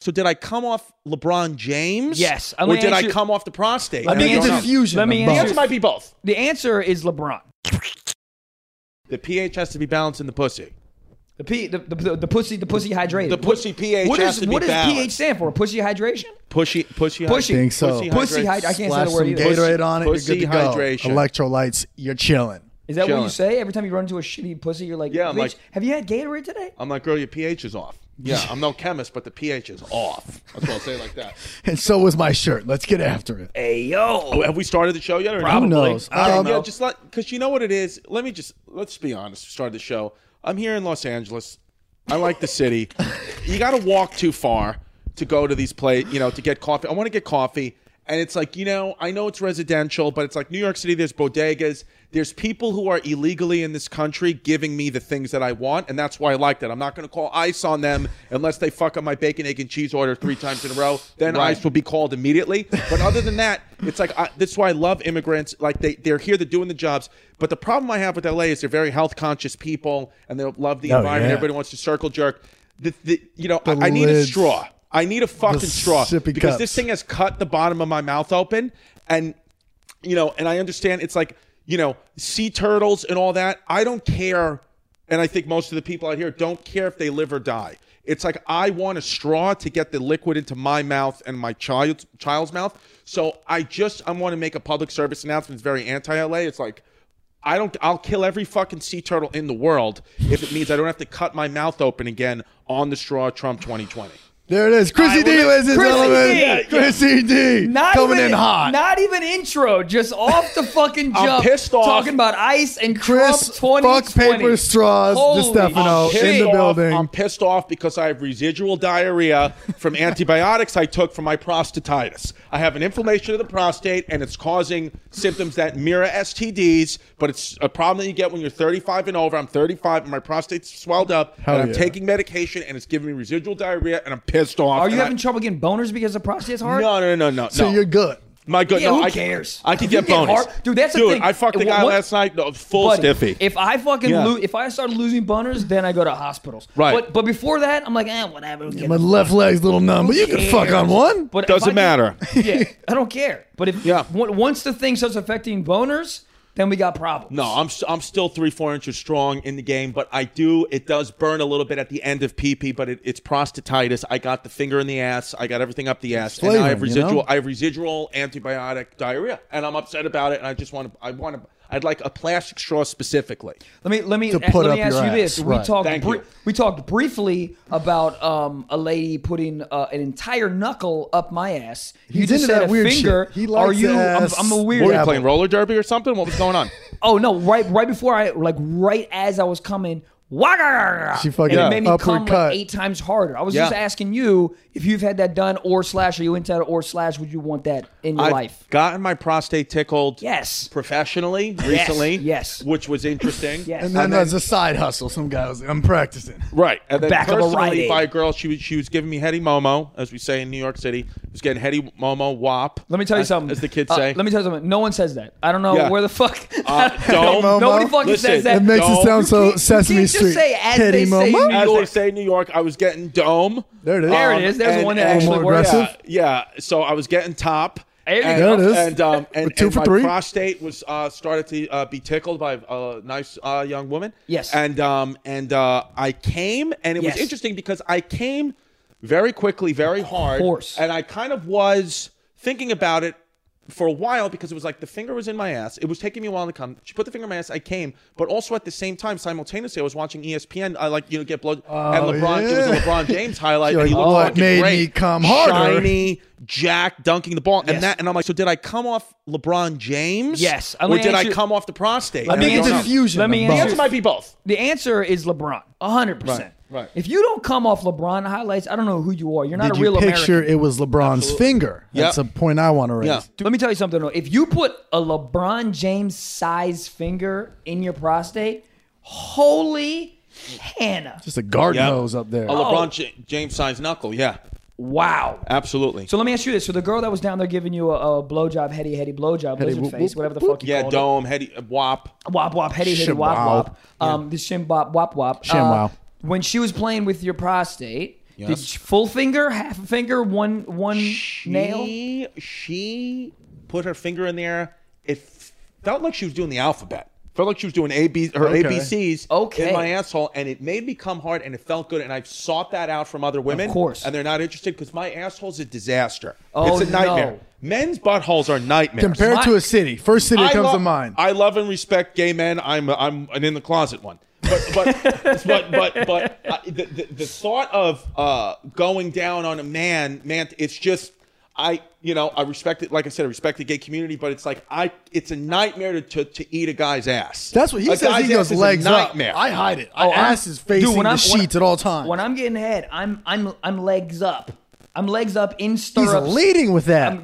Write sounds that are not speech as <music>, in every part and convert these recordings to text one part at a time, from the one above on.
So did I come off LeBron James? Yes. I'm Or gonna did I answer- come off the prostate? I I me think don't it's a answer- know. fusion. let of me The both. answer might be both. The answer is LeBron. The pH has to be balanced in the pussy. The p the, the, the, the pussy the pussy hydrated. The pussy pH what has is, to be what does pH balanced. stand for? Pussy hydration. Pushy, pushy, Pushy. hydration. Think so. Pussy Pussy hydration. hyd- I can't say Splash the word some either. Gatorade on it. Pussy you're good to go. hydration. Electrolytes. You're chilling. Is that what Chilling. you say every time you run into a shitty pussy? You're like, Yeah, I'm "Bitch, like- have you had Gatorade today? I'm like, girl, your pH is off. Yeah, I'm no chemist, but the pH is off. That's what I'll say like that. And so was my shirt. Let's get after it. Hey yo, Oh, have we started the show yet? Or Who not? knows? I don't Um, know. Yeah, just like because you know what it is. Let me just let's be honest. We started the show. I'm here in Los Angeles. I like the <laughs> city. you got to walk too far to go to these places. You know, to get coffee. I want to get coffee, and it's like you know, I know it's residential, but it's like New York City. There's bodegas. There's people who are illegally in this country giving me the things that I want, and that's why I like that. I'm not going to call ICE on them unless they fuck up my bacon, egg, and cheese order three times in a row. Then ICE will be called immediately. But other than that, it's like I, that's why I love immigrants. Like they they're here, they're doing the jobs. But the problem I have with LA is they're very health conscious people, and they love the Oh, environment. yeah. Everybody wants to circle jerk. The, the, you know, I, The I need a lids. straw. I need a fucking The straw sippy because cups. this thing has cut the bottom of my mouth open, and you know, and I understand it's like, you know, sea turtles and all that. I don't care. And I think most of the people out here don't care if they live or die. It's like I want a straw to get the liquid into my mouth and my child's child's mouth. So I just I want to make a public service announcement. It's very anti-LA. It's like I don't I'll kill every fucking sea turtle in the world if it means I don't have to cut my mouth open again on the straw Trump 2020. There it is. Chrissy D, would- ladies and Chrissy gentlemen. D. Yeah, yeah. Chrissy D. not coming even, in hot. Not even intro, just off the fucking jump. <laughs> I'm pissed off. Talking about ice and Chris, Trump fuck 2020. paper straws, Holy DeStefano shit. pissed Oh, in the off. building. I'm pissed off because I have residual diarrhea <laughs> from antibiotics I took for my prostatitis. I have an inflammation of the prostate, and it's causing symptoms that mirror STDs, but it's a problem that you get when you're 35 and over. I'm 35, and my prostate's swelled up, Hell and I'm yeah. taking medication, and it's giving me residual diarrhea, and I'm pissed off. Are you and having I, trouble getting boners because the prostate's hard? no, no, no, no. so no. you're good. my good. Yeah, no, who I, cares? I can You get get bonus, hard- Dude, that's the dude. thing. I fucked the Wha- guy what- last night. No, full Buddy, stiffy. If I fucking Yeah. lo- if I start losing boners, then I go to hospitals. Right. But but before that, I'm like, eh, whatever. who cares? My left leg's a little numb, but you can fuck on one. But if Doesn't I- matter. yeah, I don't care. But if Yeah. yeah. once the thing starts affecting boners, then we got problems. No, I'm s- I'm still three four inches strong in the game, but I do it does burn a little bit at the end of PP, but it, it's prostatitis. I got the finger in the ass. I got everything up the ass, and I have flavoring, you know? residual. I have residual antibiotic diarrhea, and I'm upset about it. And I just want to. I want to. I'd like a plastic straw specifically. Let me let me To put let me up ask your you ass, this. right. We talked Thank bri- you. we talked briefly about um, a lady putting uh, an entire knuckle up my ass. You He's just into said that a weird finger. shit. He Are likes you? I'm, ass. I'm a Were weird. you Yeah, playing roller derby or something? What was going on? Oh no! Right right before I like right as I was coming. wagga, She fucking and it made me come uppercut. like eight times harder. I was Yeah. just asking you if you've had that done or slash. Are you into that or slash? Would you want that in your I've <laughs> life? gotten my prostate tickled. Yes. Professionally, recently, yes. which was interesting. Yes. And then And then- there's a side hustle. Some guy was like, I'm practicing. Right, and then Back of a personally Rite Aid. by a girl, she was she was giving me heady momo, as we say in New York City. She was getting heady momo wop. Let me tell you as- something. as the kids Uh, say. let me tell you something. No one says that. I don't know Yeah. where the fuck. <laughs> Uh, don't- Nobody Momo? fucking Listen, says that. It It makes Don't- it sound You so can't- you Sesame can't just Street. say as they Teddy say Momo? New as York. they say in New York, I was getting dome. Um, There it is. There it is. There's and- one that and- actually More works. aggressive. Yeah, yeah. So I was getting top. There you and, go. There it is. And um, and, two and for my three. prostate was uh, started to uh, be tickled by a nice uh, young woman. Yes. And um and uh, I came and it Yes. was interesting because I came very quickly, very hard. course. And I kind of was thinking about it for a while because it was like the finger was in my ass. It was taking me a while to come. She put the finger in my ass. I came, but also at the same time, simultaneously, I was watching E ESPN. I like you know get blood and LeBron. It was yeah. a LeBron James highlight. You're and he like, looked "What fucking made great. me come harder?" Shiny Jack dunking the ball, Yes. and that, and I'm like, so did I come off LeBron James? Yes. I'm or gonna did I answer- come off the prostate? Let And me I don't It's know. a answer. fusion Let me of both. The answer. answer might be both. The answer is LeBron, hundred percent. Right, right. If you don't come off LeBron highlights, I don't know who you are. You're not Did a real you picture American. it was LeBron's finger? That's Yep. a point I want to raise. Yeah. Let me tell you something. though. If you put a LeBron James size finger in your prostate, holy Hannah! Just a garden Yep. hose up there. A LeBron J- James size knuckle. Yeah, Wow. absolutely. So let me ask you this: So the girl that was down there giving you a, a blowjob, heady heady blowjob, lizard whoop, face, whoop, whatever the whoop, fuck you yeah, called dome, heady, uh, wop. it, wop wop, heady heady wop Shimwow. wop, um, the shim bop wop wop, uh, Shimwow. when she was playing with your prostate, Yes. Did you- full finger, half a finger, one one nail? She, she put her finger in there. It f- felt like she was doing the alphabet. Felt like she was doing A B her Okay. ABCs Okay. in my asshole, and it made me come hard, and it felt good. And I've sought that out from other women, course. and they're not interested because my asshole's a disaster. Oh, it's a nightmare. no. Men's buttholes are nightmares. Compared My- to a city, first city that comes lo- to mind. I love and respect gay men. I'm I'm an in the closet one. But but <laughs> but but, but uh, the, the the thought of uh, going down on a man, man, it's just I you know I respect it. Like I said, I respect the gay community, but it's like I it's a nightmare to to, to eat a guy's ass. That's what he a says. guy's He goes ass is a legs up. nightmare. I hide it. I ass Oh, I'm- is facing Dude, when the I'm- when- sheets at all times. When I'm getting head, I'm I'm I'm legs up. I'm legs up in He's stirrups. leading with that.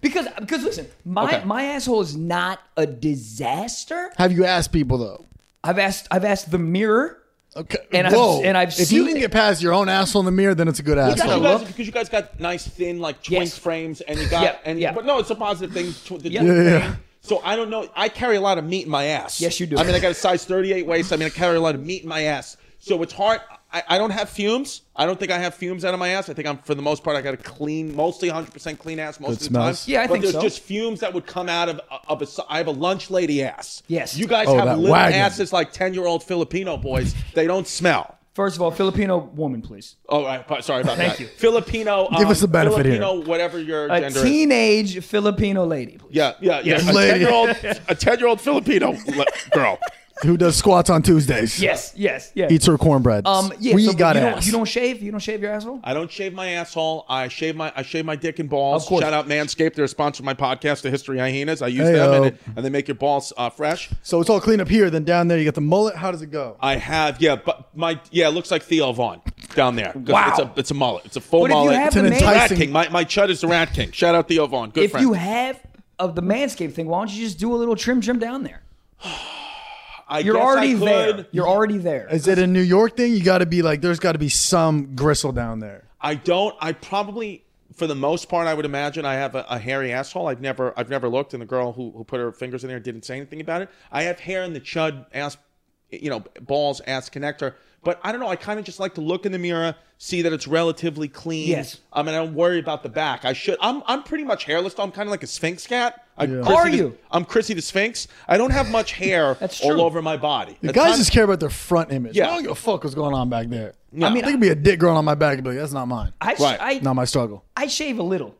because because listen, my Okay. my asshole is not a disaster. Have you asked people though? I've asked I've asked the mirror. Okay. And I've- Whoa. and I've if you seen can it. get past your own asshole in the mirror, then it's a good I thought asshole. you look. guys, because you guys got nice thin like twink Yes. frames and you got Yeah, and yeah. but no, it's a positive thing. To, the Yeah. twink Yeah, yeah, yeah. thing. So I don't know. I carry a lot of meat in my ass. Yes, you do. I mean, I got a size 38 waist. I mean, I carry a lot of meat in my ass. So it's hard. I, I don't have fumes. I don't think I have fumes out of my ass. I think I'm for the most part I got a clean, mostly 100% clean ass most Good of the smells. time. Yeah, I but think there's so. just fumes that would come out of uh, of a. s- I have a lunch lady ass. Yes. You guys Oh, have that little wagon. asses like 10 year old Filipino boys. They don't smell. First of all, Filipino woman, please. Oh, I, pa- sorry about Thank that. you. Filipino. Um, Give us the benefit here. Filipino, whatever your A gender is. teenage Filipino lady, please. Yeah, yeah, yeah. Yes. A Lady. <laughs> ten-year-old, a ten-year-old Filipino le- girl. Who does squats on Tuesdays? Yes, yes, yes. Eats her cornbread. um, yeah, we so got you ass. Don't, you don't shave. You don't shave your asshole. I don't shave my asshole. I shave my I shave my dick and balls. Of course. Shout out Manscaped. They're a sponsor of my podcast, The History of Hyenas. I use Hey, them, and, yo. it, and they make your balls uh, fresh. so it's all clean up here. Then down there, you got the mullet. How does it go? I have, yeah, but my yeah, it looks like Theo Vaughn down there. 'Cause Wow. it's a it's a mullet. It's a full But if you mullet. have it's the an man- entire- Rat King. My my chud is the Rat King. Shout out Theo Vaughn. Good if friend. you have of the manscaped thing, why don't you just do a little trim, trim down there? I You're guess I already could- there. You're already there. Is it a New York thing? You got to be like, there's got to be some gristle down there. I don't. I probably, for the most part, I would imagine I have a, a hairy asshole. I've never, I've never looked, and the girl who, who put her fingers in there didn't say anything about it. I have hair in the chud ass, you know, balls ass connector. But I don't know. I kind of just like to look in the mirror, see that it's relatively clean. Yes. I mean, I don't worry about the back. I should. I'm, I'm pretty much hairless. though. I'm kind of like a sphinx cat. I, Chrissy Are the- you? I'm Chrissy the Sphinx. I don't have much hair <laughs> That's all true. over my body. The guys just care about their front image. Yeah. I don't give a fuck what's going on back there. No. I mean, I could be a dick growing on my back and be like, that's not mine. I, sh- Right. I, not my struggle. I shave a little.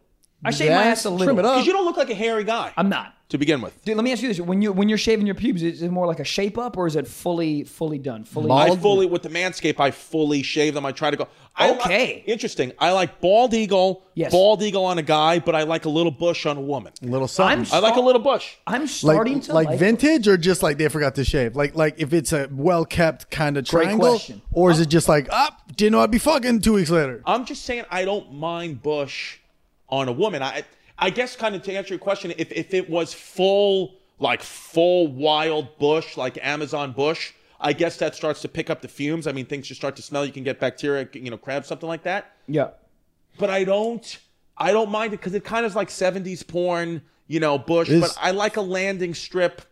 I shave my Yes, ass a trim little. it up. because you don't look like a hairy guy I'm not. to begin with. Dude, let me ask you this: when you when you're shaving your pubes, is it more like a shape up or is it fully fully done? Fully. Bald. I fully with the manscape. I fully shave them. I try to go. I li- Okay. interesting. I like bald eagle. Yes. Bald eagle on a guy, but I like a little bush on a woman. Little I'm something. I like a Stop. little bush. I'm like, starting to like, like, vintage or just like they forgot to shave? Like like if it's a well kept kind of triangle, question. or is it just like up? didn't know I'd be fucking two weeks later? I'm just saying I don't mind bush on a woman. I I guess kind of to answer your question, if if it was full like full wild bush like Amazon bush, I guess that starts to pick up the fumes. I mean, things just start to smell. You can get bacteria, you know, crabs, something like that. Yeah. but I don't I don't mind it because it kind of is like 70s porn, you know, Bush, Is- but I like a landing strip.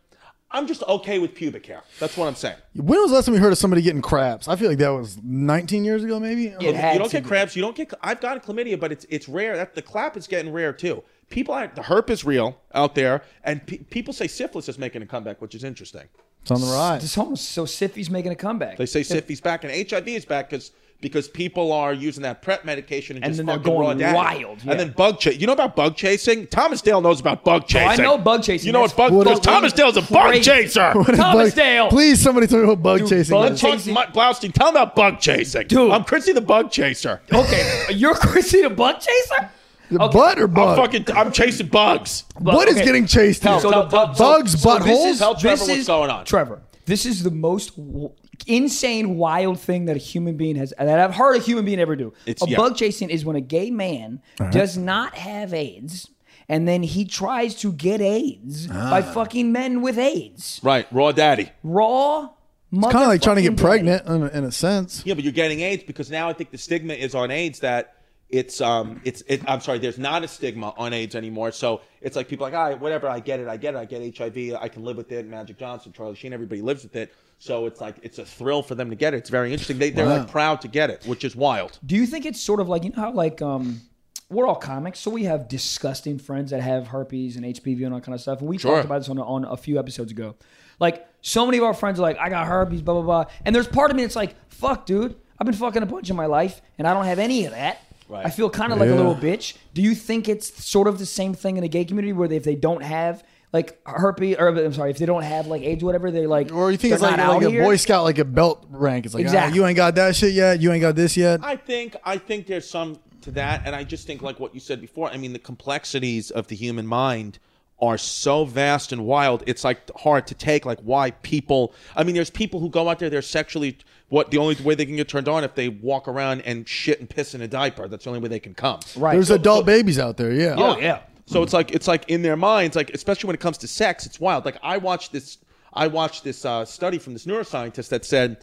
I'm just okay with pubic hair. That's what I'm saying. When was the last time you heard of somebody getting crabs? I feel like that was 19 years ago, maybe. It had you don't to get be. crabs. You don't get. I've got chlamydia, but it's it's rare. That the clap is getting rare too. People, are, the herp is real out there, and pe- people say syphilis is making a comeback, which is interesting. It's on the rise. This homeless. So Siffy's making a comeback. They say syphilis back and HIV is back because because people are using that prep medication and, And just then they're fucking raw going daddy. wild, yeah. Oh, And then bug chase. You know about bug chasing? Thomas Dale knows about bug chasing. I know bug chasing. You know what That's bug? fucking What Thomas Dale's a bug crazy. <laughs> chaser. <laughs> Thomasdale! Please, somebody tell me what bug Dude, chasing bug is. Fuck Chasing- Mike Blaustein, tell him about bug chasing. Dude. I'm Chrissy the bug chaser. Okay, <laughs> you're Chrissy the bug chaser. The butt or I'm bug? fucking I'm chasing bugs. what is okay. getting chased? Here? So the bu- bugs, this buttholes? is- Tell Trevor this what's is- going on. Trevor, this is the most w- insane, wild thing that a human being has that I've heard a human being ever do. It's- a yeah. bug chasing is when a gay man Uh-huh. does not have AIDS. And then he tries to get AIDS by Ah. fucking men with AIDS. Right, raw daddy. Raw, it's Kind of like trying to get pregnant in a, in a sense. Yeah, but you're getting AIDS because now I think the stigma is on AIDS that it's um it's it, I'm sorry, there's not a stigma on AIDS anymore. So it's like people are like, I whatever, I get it, I get it, I get HIV, I can live with it. Magic Johnson, Charlie Sheen, everybody lives with it. So it's like it's a thrill for them to get it. It's very interesting. They they're like proud to get it, which is wild. Do you think it's sort of like you know how like um we're all comics, so we have disgusting friends that have herpes and HPV and all kind of stuff. And we Sure. talked about this on, on a few episodes ago. Like so many of our friends are like, I got herpes, blah blah blah. And there's part of me that's like, fuck, dude, I've been fucking a bunch in my life, and I don't have any of that. Right. I feel kind of like a Yeah. little bitch. Do you think it's sort of the same thing in the gay community where they, if they don't have like herpes, or I'm sorry, if they don't have like AIDS, or whatever, they like, Or you think they're it's like, not out like a here? Boy Scout, like a belt rank. It's like, ah, Exactly. you ain't got that shit yet. You ain't got this yet. I think I think there's some to that, and I just think like what you said before. I mean, the complexities of the human mind are so vast and wild. It's like hard to take like why people. I mean, there's people who go out there. They're sexually what the only way they can get turned on if they walk around and shit and piss in a diaper. That's the only way they can come. Right. There's adult babies out there. Yeah. Oh yeah. So it's like it's like in their minds, like especially when it comes to sex, it's wild. Like I watched this, I watched this uh, study from this neuroscientist that said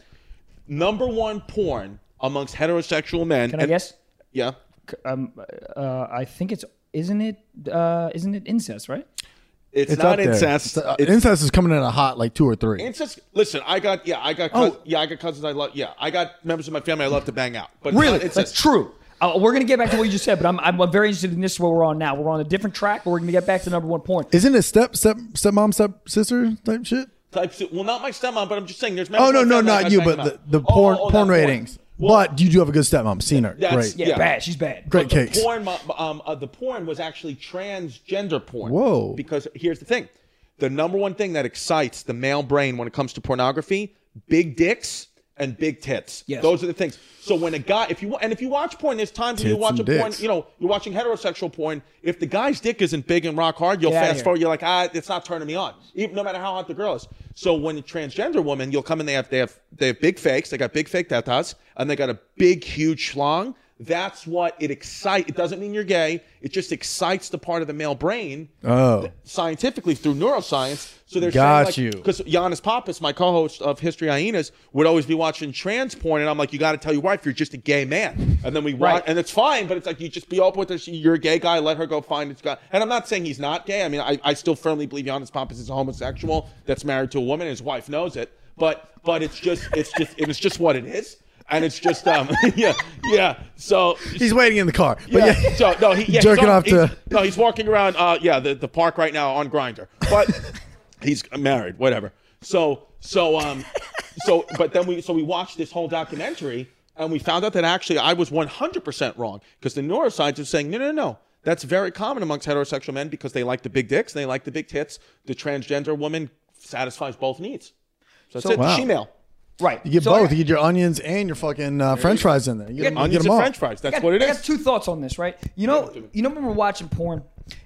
number one porn amongst heterosexual men. Can I and- guess? Yeah. um, uh, I think it's isn't it uh, isn't it incest, right? It's, It's not up there. incest. It's, uh, It's- incest is coming in a hot like two or three. incest. Listen, I got yeah, I got cous- Oh. yeah, I got cousins I love. Yeah, I got members of my family I love to bang out. But it's not it's incest. that's true. Uh, we're gonna get back to what you just said, but I'm, I'm very interested in this. Where we're on now, we're on a different track, but we're gonna get back to number one porn. Isn't it step step stepmom step sister type shit? Types of- well, not my stepmom, but I'm just saying there's. members Oh no of no my family I not got you, bang but them the, out. the Oh, porn oh, oh, porn that ratings. Well, but you do have a good stepmom. Seen her. That's- Great. Yeah, Yeah. bad. She's bad. Great the cakes. Porn, mo- um, uh, the porn was actually transgender porn. Whoa. Because here's the thing: the number one thing that excites the male brain when it comes to pornography, big dicks and big tits. Yes. Those are the things. So when a guy, if you wa- and if you watch porn, there's times when you Tits watch a and porn, dicks. you know, you're watching heterosexual porn. If the guy's dick isn't big and rock hard, you'll Get outta fast here. forward. You're like, ah, it's not turning me on, even no matter how hot the girl is. So when a transgender woman, you'll come and they have they have they have big fakes. They got big fake tatas and they got a big huge schlong. That's what it excites. It doesn't mean you're gay. It just excites the part of the male brain Oh. scientifically through neuroscience. So they're Got saying you. like, Because Giannis Pappas, my co-host of History Hyenas, would always be watching trans porn, and I'm like, you got to tell your wife you're just a gay man, and then we watch, Right. and it's fine, but it's like you just be open with her. She- You're a gay guy. Let her go find it's guy. And I'm not saying he's not gay. I mean, I, I still firmly believe Giannis Pappas is a homosexual that's married to a woman. and His wife knows it, but but it's just it's just it's just what it is. And it's just um <laughs> yeah yeah so He's waiting in the car. But yeah. yeah. <laughs> So no, he, yeah, Jerking he's on- off he's- to- no, he's walking around. Uh, yeah, the, the park right now on Grinder, but <laughs> he's married. Whatever. So so um so but then we so we watched this whole documentary and we found out that actually I was 100% wrong because the neuroscientists was saying no no no. That's very common amongst heterosexual men because they like the big dicks and they like the big tits. The transgender woman satisfies both needs. So that's So- it. Wow. She-male. Right. You get So I both. got- You get your onions and your fucking uh, French fries in there. You get, them- you get Onions them and all. french fries. That's I got- what it I is. got two thoughts on this, right? You know, you know when we're watching porn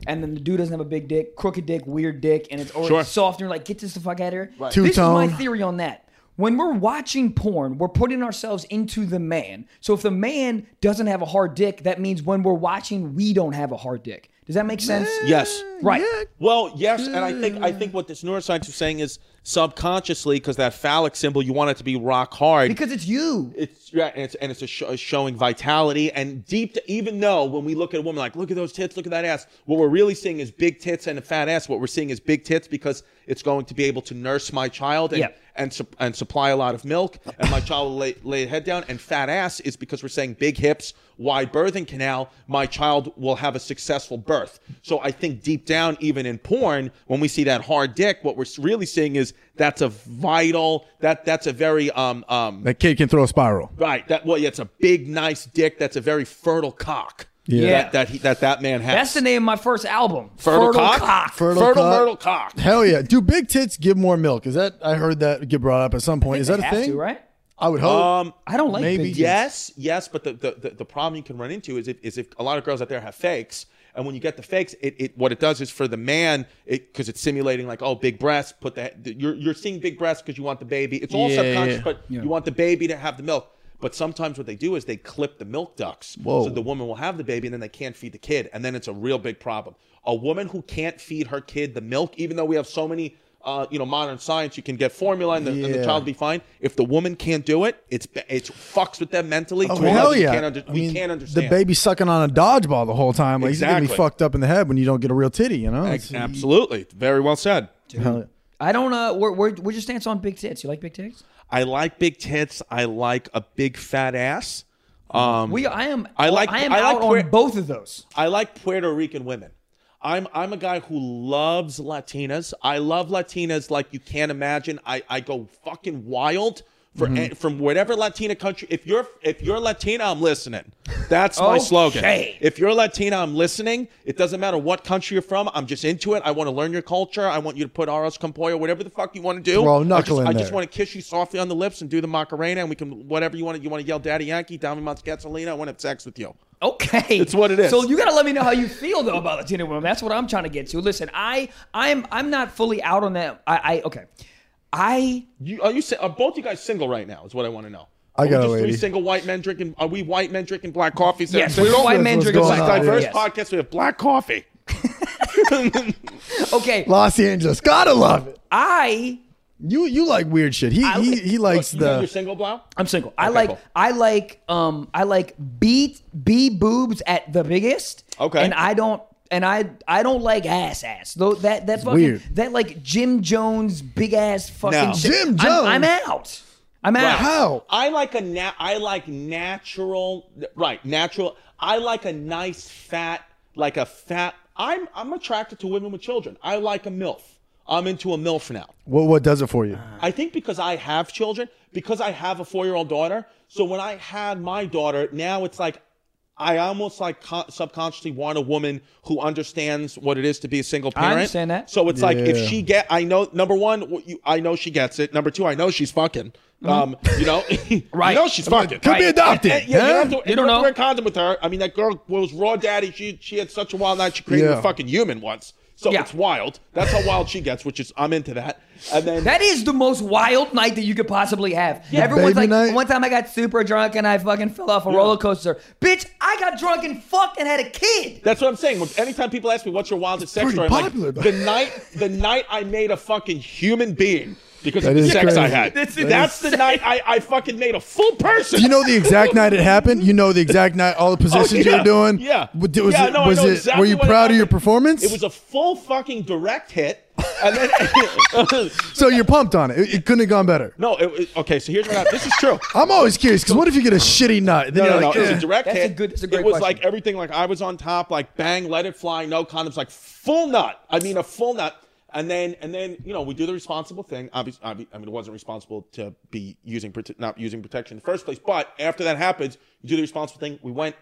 and then the dude doesn't have a big dick, crooked dick, weird dick, and it's already Sure. soft, and you're like, get this the fuck out of here. Two This is my tone. theory on that. When we're watching porn, we're putting ourselves into the man. So if the man doesn't have a hard dick, that means when we're watching, we don't have a hard dick. Does that make sense? Yes. Right. Well, yes, and I think I think what this neuroscientist is saying is subconsciously because that phallic symbol you want it to be rock hard. Because it's you. it's yeah, and it's and it's a sho- showing vitality and deep. To, even though when we look at a woman like, look at those tits, look at that ass. What we're really seeing is big tits and a fat ass. What we're seeing is big tits because it's going to be able to nurse my child and Yeah. and, sup- and supply a lot of milk, and my child will lay, lay head down. And fat ass is because we're saying big hips, wide birthing canal. My child will have a successful birth. So I think deep down, even in porn, when we see that hard dick, what we're s- really seeing is that's a vital that that's a very um um That kid can throw a spiral. Right. That well, yeah, it's a big, nice dick. That's a very fertile cock. Yeah. That that, he, that that man has. That's the name of my first album. Fertile Cock? fertile, Fertile fertile cock. myrtle cock. Hell yeah. Do big tits give more milk? Is that I heard that get brought up at some point. Is that They a have thing? to, right? I would hope. Um, I don't like Maybe. big dicks. Yes, yes, but the, the, the, the problem you can run into is if, is if a lot of girls out there have fakes, and when you get the fakes, it, it what it does is for the man, because it's simulating like oh big breasts, put that you're you're seeing big breasts because you want the baby. It's all Yeah, subconscious, yeah. but you want the baby to have the milk. But sometimes what they do is they clip the milk ducts, Whoa. so the woman will have the baby and then they can't feed the kid, and then it's a real big problem. A woman who can't feed her kid the milk, even though we have so many. uh, you know modern science, you can get formula and the, and the Yeah. child be fine. If the woman can't do it, it's it's fucks with them mentally. Oh to a hell level you yeah! can't under- I we mean, can't understand. the baby sucking on a dodgeball the whole time. Like he's gonna Exactly. be fucked up in the head when you don't get a real titty. You know? Ex- It's- Absolutely, very well said. hell yeah. I don't. Uh, where where where's your stance on big tits? You like big tits? I like big tits. I like a big fat ass. Um, We. I am. I like- I am I like out where- on both of those. I like Puerto Rican women. I'm I'm a guy who loves Latinas. I love Latinas like you can't imagine. I, I go fucking wild for Mm-hmm. a- from whatever Latina country. If you're if you're Latina, I'm listening. That's my Okay. slogan. If you're Latina, I'm listening. It doesn't matter what country you're from. I'm just into it. I want to learn your culture. I want you to put Aros Campoyo, whatever the fuck you want to do. Throw a I just- knuckle in I just there. want want to kiss you softly on the lips and do the Macarena, and we can whatever you want. You want to yell "Daddy Yankee," "Dami Montecatsolina." I want to have sex with you. <laughs> Okay, It's what it is. So you got to let me know how you feel though about Latina women. That's what I'm trying to get to. Listen, I I'm I'm not fully out on that. I, I okay, I You are you si- are both you guys single right now? Is what I want to know. I Are we got a just three lady. single white men drinking. Are we white men drinking black coffee? Is that yes, single? white men What's drinking going It's black a on? coffee. diverse Yes. podcast. We have black coffee. Okay, Los Angeles, gotta love it. I You you like weird shit. He he, he likes You know you're the. single, Blau. I'm single. I like cool. I like um I like beat B boobs at the biggest. Okay. And I don't and I I don't like ass ass. Though that that fucking weird. that like Jim Jones big ass fucking No. shit. Jim I'm, I'm Jones? out. I'm out. How? I like a na- I like natural right natural. I like a nice fat like a fat. I'm I'm attracted to women with children. I like a milf. I'm into a milf now. What what does it for you? I think because I have children, because I have a four year old daughter. So when I had my daughter, now it's like I almost like con- subconsciously want a woman who understands what it is to be a single parent. understand that. So it's like if Yeah. she get, I know number one, w- you, I know she gets it. Number two, I know she's fucking. Um, you know, Mm-hmm. <laughs> <laughs> Right. You know she's fucking. Could be adopted. And- yeah, you huh? don't have to, you don't have don't know. to wear a condom with her. I mean, that girl was raw daddy. She she had such a wild night. She created Yeah. a fucking human once. So Yeah. it's wild. That's how wild she gets, which is I'm into that. And then That is the most wild night that you could possibly have. Everyone's Baby like, night? one time I got super drunk and I fucking fell off a roller coaster. Bitch, I got drunk and fucked and had a kid. That's what I'm saying. When- Anytime people ask me what's your wildest sex pretty story, I'm like, popular, though. the night the night I made a fucking human being because That of the is sex crazy. I had. That's- That's, that the night I, I fucking made a full person. Do you know <laughs> the exact night it happened? You know the exact night, all the positions you Oh, yeah. were doing. Yeah. What- Was Yeah, it? no, I was know it? exactly were you what proud of your happened. performance? it was a full fucking direct hit, and then <laughs> <laughs> so you're pumped on it. it. It couldn't have gone better. no. It, it- okay, so here's what happened. This is true. I'm always curious because what if you get a shitty nut? Then No, no, you're no. like, It was a "Eh." direct That's a hit. good- that's a great it was question. like everything. Like I was on top. Like bang, let it fly. No condoms. Like full nut. I mean, a full nut. And then, and then, you know, we do the responsible thing. Obviously, I mean, it wasn't responsible to be using prote- not using protection in the first place. But after that happens, you do the responsible thing. We went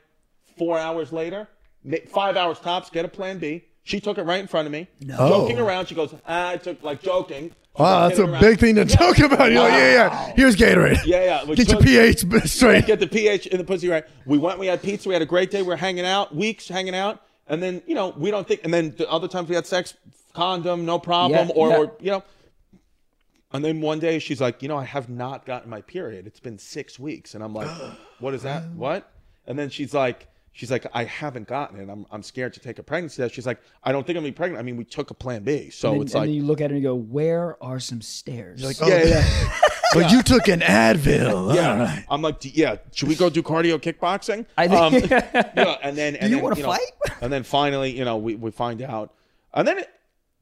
four hours later, ma- five hours tops. Get a plan B. She took it right in front of me, joking around. She goes, ah, "I took like joking." Wow, Ah, that's a big thing to joke about. You're like, yeah, yeah. Here's Gatorade. Yeah, yeah. Get your Joke- pH <laughs> straight. get the pH in the pussy right. We went, we had pizza, we had a great day, we were hanging out, weeks hanging out, and then you know we don't think, and then the other times we had sex, condom, no problem, Yeah, or, yeah. or you know. And then one day she's like, you know, I have not gotten my period. It's been six weeks, and I'm <gasps> like, what is that? What? And then she's like, she's like, I haven't gotten it. I'm, I'm scared to take a pregnancy test. She's like, I don't think I'm gonna be pregnant. I mean, we took a plan B, so And, it's and like, then you look at it and you go, where are some stairs? You're like, Oh, yeah, yeah. But you took an Advil. Yeah. All right. Um, I'm like, "D- yeah, should we go do cardio kickboxing? I <laughs> um, think- yeah, and then, and you then, wanna know, fight? and then finally, you know, we, we find out, and then it,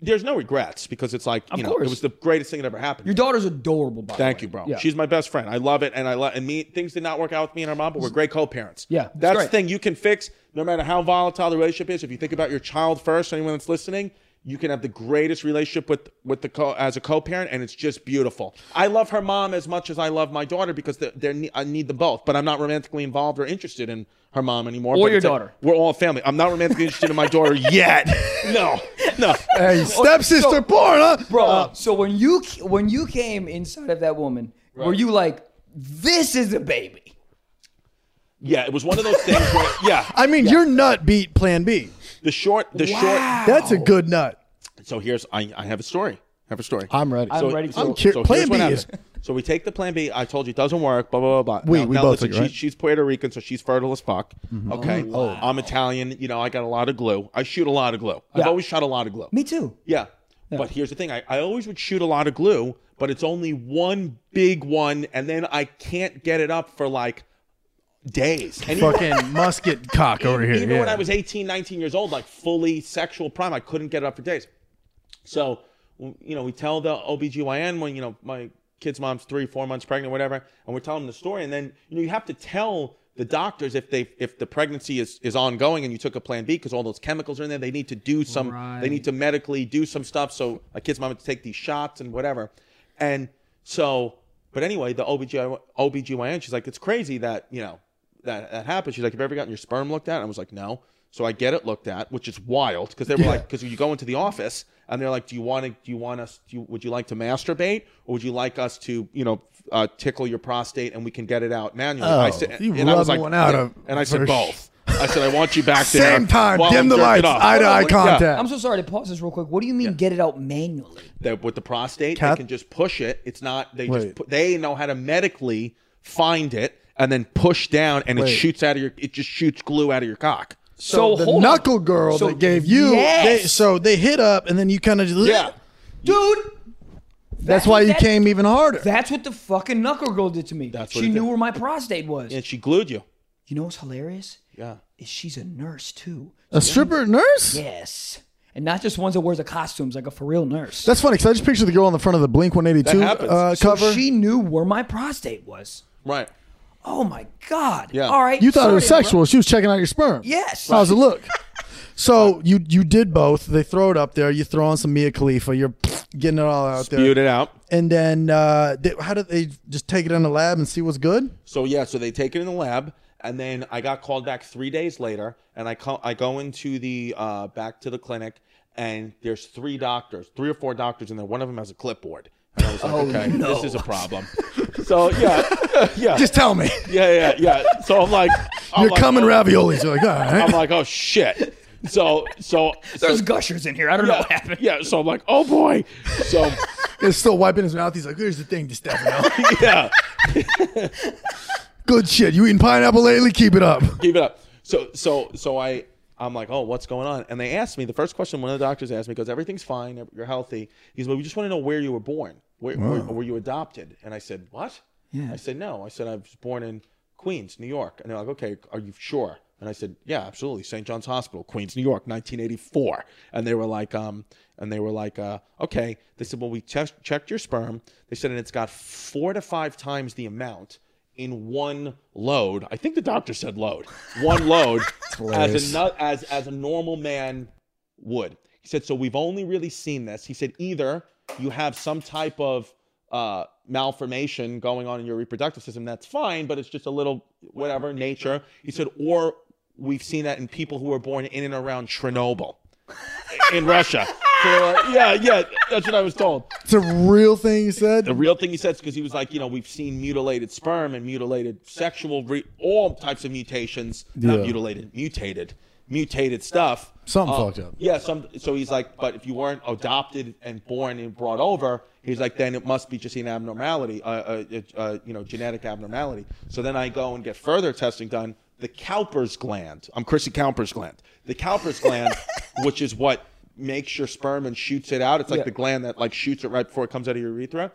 there's no regrets because it's like, you know, course. it was the greatest thing that ever happened. Your daughter's adorable, by the "Oh." Thank way. you, bro. Yeah. She's my best friend. I love it, and I love and me. Things did not work out with me and her mom, but we're great co-parents. Yeah, it's that's great. the thing you can fix. No matter how volatile the relationship is, if you think about your child first, anyone that's listening, you can have the greatest relationship with with the co as a co-parent, and it's just beautiful. I love her mom as much as I love my daughter because they're, they're ne- I need them both, but I'm not romantically involved or interested in her mom anymore. Or your daughter. we're all family. I'm not romantically interested in my daughter <laughs> yet. No, no. Hey, stepsister porn, huh? Bro, so when you when you came inside of that woman, were you like, this is a baby? Yeah, it was one of those things where yeah, I mean, your nut beat Plan B. the short, the short. That's a good nut. So here's I, I have a story. I have a story. I'm ready. I'm ready to- I'm cur- Plan here's what B happened. is- So we take the plan B. I told you it doesn't work. Blah blah blah. blah. We- we both agree, right? Mm-hmm. she, she's Puerto Rican, so she's fertile as fuck. Okay. Oh, I'm Italian. You know, I got a lot of glue. I shoot a lot of glue. I've Yeah. always shot a lot of glue. Me too. Yeah. But here's the thing: I, I always would shoot a lot of glue, but it's only one big one, and then I can't get it up for like days. And even- Fucking musket cock over here. even when yeah. I was 18, 19 years old, like fully sexual prime, I couldn't get it up for days. So, w- you know, we tell the OBGYN when, you know, my kid's mom's three, four months pregnant, whatever, and we're telling them the story. And then, you know, you have to tell the doctors if they if the pregnancy is, is ongoing and you took a plan B because all those chemicals are in there, they need to do some they need to medically do some stuff. So my kid's mom had to take these shots and whatever. And so but anyway, the OBGY, OBGYN, she's like, it's crazy that, you know, that, that happened. She's like, have you ever gotten your sperm looked at? I was like, no. So I get it looked at, which is wild because they were like, because you go into the office and they're like, do you want to, do you want us, do you, would you like to masturbate or would you like us to, you know, uh, tickle your prostate and we can get it out manually? I Oh, said, you and I was like, rubbed one out yeah. of- and I said for sh- both. I said, I want you back there. <laughs> Same time, while I'm dim the jerking lights, off." eye to eye Yeah. contact. I'm so sorry to pause this real quick. What do you mean get it out manually? that with the prostate Cat- they can just push it it's not they just Wait. put, they know how to medically find it and then push down and it Wait. shoots out of your it just shoots glue out of your cock So, the hold knuckle on. girl So- that gave you. Yes. They, so they hit up, and then you kind of just. yeah dude. That's why you that- came even harder. That's what the fucking knuckle girl did to me. That's what she it knew did. where my prostate was. and she glued you You know what's hilarious? yeah Is she's a nurse too. a stripper nurse? Yes. And not just ones that wears the costumes, like a for real nurse. That's funny because I just picture the girl on the front of the Blink 182 That happens. uh, So cover. She knew where my prostate was. right Oh my god. Yeah. All right. you thought it was sorry, sexual. She was checking out your sperm. Yes. How's it look? so you you did both. They throw it up there. You throw on some Mia Khalifa. You're getting it all out there. spewed it out And then uh, they, how did they just take it in the lab and see what's good? so yeah so they take it in the lab and then i got called back three days later and i call, i go into the uh, back to the clinic and there's three doctors three or four doctors in there one of them has a clipboard and i was like okay this is a problem so yeah yeah <laughs> Just tell me. yeah yeah yeah so i'm <laughs> like I'm You're like, coming oh, raviolis. You're like, all right. I'm like, oh shit. So so so There's gushers in here. I don't know what happened. yeah. So I'm like, oh boy. So <laughs> He's still wiping his mouth. He's like, here's the thing, Stefano. yeah, <laughs> good shit. You eating pineapple lately? Keep it up. keep it up. So so so I I'm like, oh, what's going on? And they asked me the first question. One of the doctors asked me because everything's fine. You're healthy. He's well, we just want to know where you were born. Where, where were you adopted? And I said, what? Yeah. I said no. I said I was born in Queens, New York. And they're like, okay, are you sure? And I said, yeah, absolutely. St. John's Hospital, Queens, New York, 1984. And they were like, um, and they were like, uh, okay. They said, well, we tes- checked your sperm. They said, and it's got four to five times the amount in one load. I think the doctor said load. One load as a nu- as as a normal man would. He said, so we've only really seen this. He said, either you have some type of uh, malformation going on in your reproductive system, that's fine, but it's just a little whatever nature. He said, or we've seen that in people who were born in and around Chernobyl in Russia. So they were like, yeah, yeah, that's what I was told It's a real thing you said. the real thing he said is because he was like, you know, we've seen mutilated sperm and mutilated sexual, re- all types of mutations, not Yeah. mutilated, mutated, mutated stuff. Something Uh, fucked up. Yeah, some. So he's like, but if you weren't adopted and born and brought over, he's like, then it must be just an abnormality, uh, uh, uh, uh, you know, genetic abnormality. So then I go and get further testing done. The Cowper's gland. I'm Chrissy Cowper's gland. The Cowper's <laughs> gland, which is what makes your sperm and shoots it out. It's like Yeah. the gland that like shoots it right before it comes out of your urethra.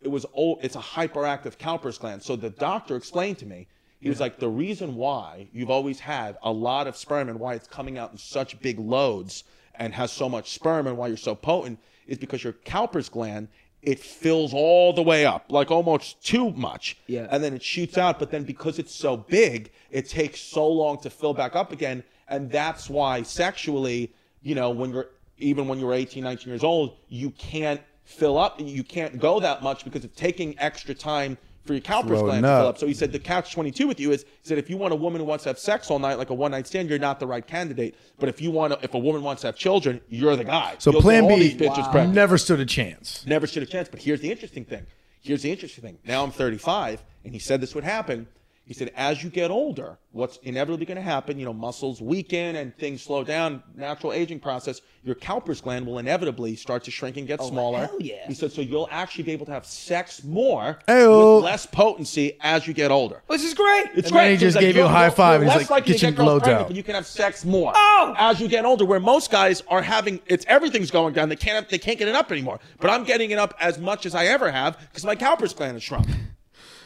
It was old. It's a hyperactive Cowper's gland. So the doctor explained to me. He was like, the reason why you've always had a lot of sperm and why it's coming out in such big loads and has so much sperm and why you're so potent is because your Cowper's gland it fills all the way up, like almost too much, Yeah. and then it shoots out. But then because it's so big, it takes so long to fill back up again, and that's why sexually, you know, when you're even when you're 18, 19 years old, you can't fill up, you can't go that much because it's taking extra time for your Cowper's Slowing gland to fill up. up. So he said the catch 22 with you is he said if you want a woman who wants to have sex all night like a one night stand, you're not the right candidate. But if you want to, if a woman wants to have children, you're the guy. So You'll Plan get all B these bitches pregnant. never stood a chance. Never stood a chance. But here's the interesting thing. Here's the interesting thing. Now I'm 35, and he said this would happen. He said, as you get older, what's inevitably going to happen, you know, muscles weaken and things slow down, natural aging process, your Cowper's gland will inevitably start to shrink and get smaller. Oh, hell yeah. He said, so you'll actually be able to have sex more Ayo. with less potency as you get older. This is great. It's And then he So he's just gave you a "You're- high you're- five, you're and he's less like, likely to "Get your girls load pregnant, out." But you can have sex more. Oh! As you get older, where most guys are having it's everything's going down. They can't they can't get it up anymore. But I'm getting it up as much as I ever have because my Cowper's gland is <laughs> shrunk.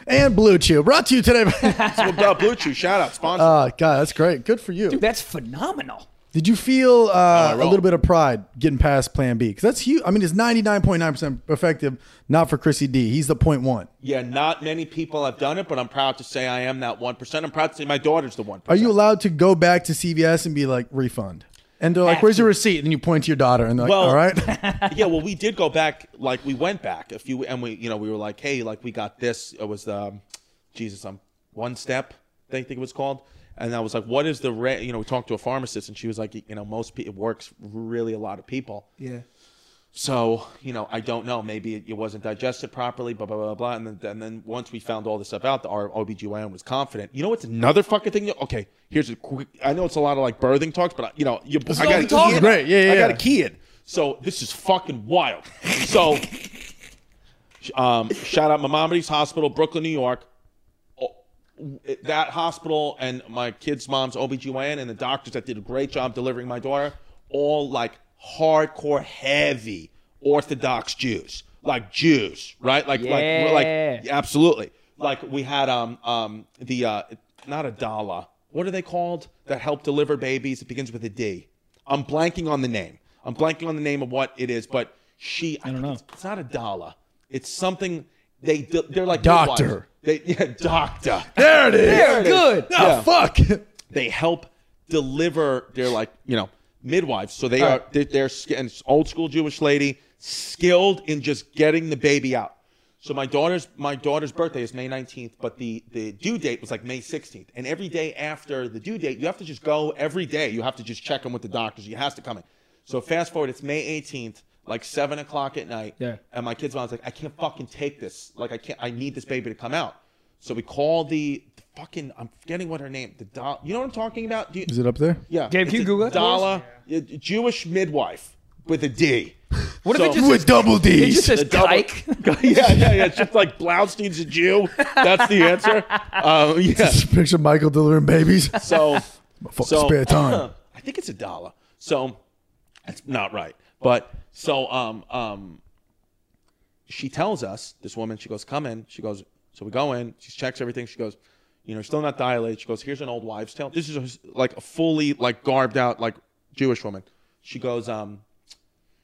And Blue Chew brought to you <laughs> today. by- So uh, Blue Chew, shout out sponsor. oh God, that's great. Good for you. That's phenomenal. Did you feel uh, I a rolled. little bit of pride getting past Plan B? Because that's huge. I mean, it's ninety nine point nine percent effective. Not for Chrissy D. He's the point one. yeah, not many people have done it, but I'm proud to say I am that one percent. I'm proud to say my daughter's the one. Are you allowed to go back to CVS and be like refund? And they're like, Have "Where's to. your receipt?" And you point to your daughter, and they're like, Well- "All <laughs> right." <laughs> yeah, well, we did go back. Like we went back a few, and we, you know, we were like, hey, like we got this. It was the, um, Jesus, um, one step. I think it was called. And I was like, what is the rate? You know, we talked to a pharmacist, and she was like, you know, most people it works really a lot of people. Yeah. So you know, I don't know. Maybe it, it wasn't digested properly. Blah blah blah blah. And then, and then once we found all this stuff out, the, our OBGYN was confident. You know what's another fucking thing? Okay, here's a quick. I know it's a lot of like birthing talks, but I, you know, you, I what got we a talking kid. about. Great, yeah, yeah, I got yeah. a kid. So this is fucking wild. So, um, shout out Maimonides Hospital, Brooklyn, New York. Oh, That hospital and my kid's mom's OBGYN and the doctors that did a great job delivering my daughter, all like hardcore, heavy Orthodox Jews, like Jews, right? Like, like, Yeah. like, absolutely. Like we had um um the uh not a Dala. What are they called that help deliver babies? It begins with a D. I'm blanking on the name. I'm blanking on the name of what it is, but she. I, don't know. It's, it's not a Dala. It's something they do- they're like Doctor. midwives. They <laughs> yeah, doctor. there it is. There it is. Good. Oh Yeah. fuck. <laughs> They help deliver. They're like you know midwives, so they are they're, they're sk- and it's old school Jewish lady, skilled in just getting the baby out. So my daughter's my daughter's birthday is May 19th, but the the due date was like May 16th. And every day after the due date, you have to just go every day. You have to just check in with the doctors. You has to come in. So fast forward, it's May 18th, like seven o'clock at night. Yeah. And my kid's mom's like, I can't fucking take this. Like I can't. I need this baby to come out. So we call the, the fucking. I'm forgetting what her name. The doll. You know what I'm talking about? Do you, Is it up there? yeah. Gabe, can it's you a Google it for us? Dala, a Jewish midwife with a D. What if So- it just With double it just D's. says The double- <laughs> tyke? yeah, yeah, yeah. It's just like Blaustein's a Jew. That's the <laughs> answer. Um, yeah. <laughs> Picture Michael delivering babies. <laughs> So, Fuck so spare time. <coughs> I think it's a dollar. So that's not right. But so um um she tells us this woman she goes come in she goes so we go in she checks everything she goes you know still not dilated she goes here's an old wives tale this is a, like a fully like garbed out like jewish woman she goes um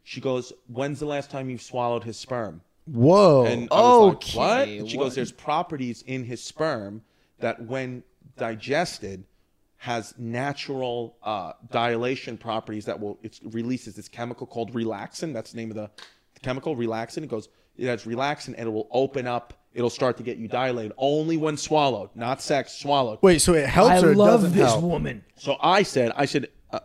she goes when's the last time you've swallowed his sperm Whoa. and I was Okay, like, what? And she what- goes, there's properties in his sperm that when digested has natural uh, dilation properties that will it releases this chemical called relaxin. That's the name of the, the chemical, relaxin. It goes, it has relaxin and it will open up. It'll start to get you dilated only when swallowed, not sex, swallowed. Wait, so it helps I or it love doesn't this help? woman. So I said, I said, uh,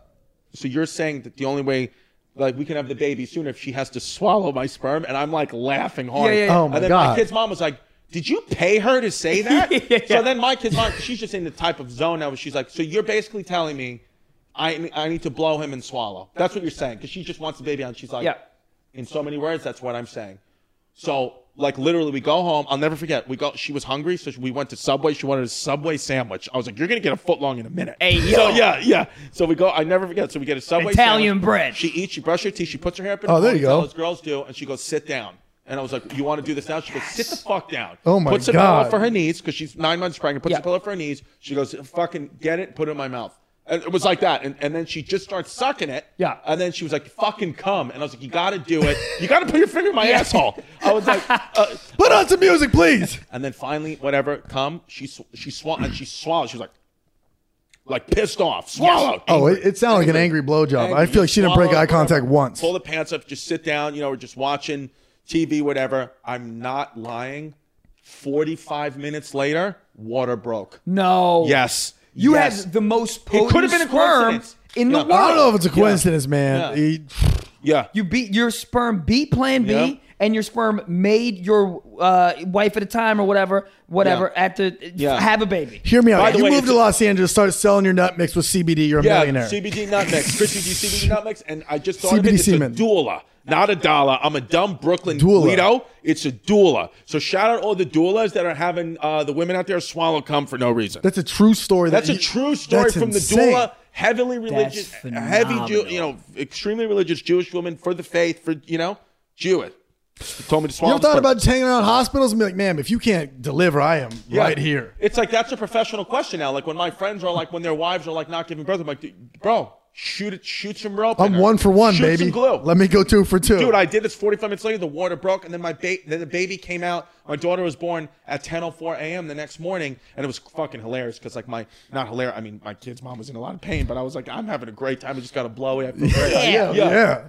so you're saying that the only way, like, we can have the baby sooner if she has to swallow my sperm, and I'm like laughing hard. Yeah, yeah, yeah. Oh, my and then my God. kid's mom was like, "Did you pay her to <laughs> say that?" Yeah, yeah. So then my kid's mom, she's just in the type of zone now. where She's like, "So you're basically telling me, I I need to blow him and swallow." That's what you're saying because she just wants the baby out. and She's like, Yeah. in so many words, that's what I'm saying. So, like, literally, we go home. I'll never forget. We go. She was hungry, so we went to Subway. She wanted a Subway sandwich. I was like, "You're gonna get a foot long in a minute." Hey, So yo. yeah, yeah. So we go. I never forget. So we get a Subway Italian sandwich. bread. She eats. She brushes her teeth. She puts her hair up in Oh, a there you ponytail, go. As girls do, and she goes, "Sit down." And I was like, "You want to do this now?" She goes, "Sit the fuck down." Oh, my Puts a God. pillow for her knees because she's nine months pregnant. Puts Yeah. a pillow for her knees. She goes, "Fucking get it, put it in my mouth." And it was like that. And, and then she just starts sucking it. Yeah. And then she was like, "Fucking come!" And I was like, "You got to do it. You got to put your finger in my asshole." I was <laughs> like, uh, Put on some music, please. and then finally, whatever, come. She sw- she swallowed and she swallowed. She was like, like pissed off, swallowed. Oh, it, it sounded like an angry blowjob. Angry. I feel like she didn't break Swallow, eye contact whatever. once. Pull the pants up, just sit down. You know, we're just watching TV, whatever. I'm not lying. Forty-five minutes later, water broke. No. Yes, You yes. had the most potent could have been a sperm coincidence. in the Yeah. world. I don't know if it's a coincidence, man. Yeah. He- yeah. You beat your sperm beat Plan B, Yep. and your sperm made your uh, wife at a time or whatever, whatever, Yeah. at the Yeah. have a baby. Hear me By out. the You way, move it's to a- Los Angeles, start selling your nut mix with CBD. You're a Yeah, millionaire. CBD nut mix. Chrissy, do you CBD nut mix? And I just thought of CBD it. It's semen. a doula, not a dollar. I'm a dumb Brooklyn Doula. Guido. It's a doula. So shout out all the doulas that are having uh, the women out there swallow cum for no reason. That's a true story. that That's a you- true story that's from insane. the doula, heavily religious, heavy, Jew, phenomenal. you know, extremely religious Jewish woman for the faith, for you know, Jewish. She told me to You swallow. ever thought the- about just hanging around hospitals and be like, ma'am, if you can't deliver, I am Yeah. right here. It's like that's a professional question now. Like when my friends are like, when their wives are like not giving birth, I'm like, "Dude, bro, shoot it, shoot some rope. in I'm her. one for one, shoot baby. Some glue. Let me go two for two. Dude, I did this 45 minutes later. The water broke, and then my ba- then the baby came out. My daughter was born at 10:04 a.m. the next morning, and it was fucking hilarious because like my not hilarious. I mean, my kid's mom was in a lot of pain, but I was like, I'm having a great time. I just got a blowy. I feel great. Yeah. yeah.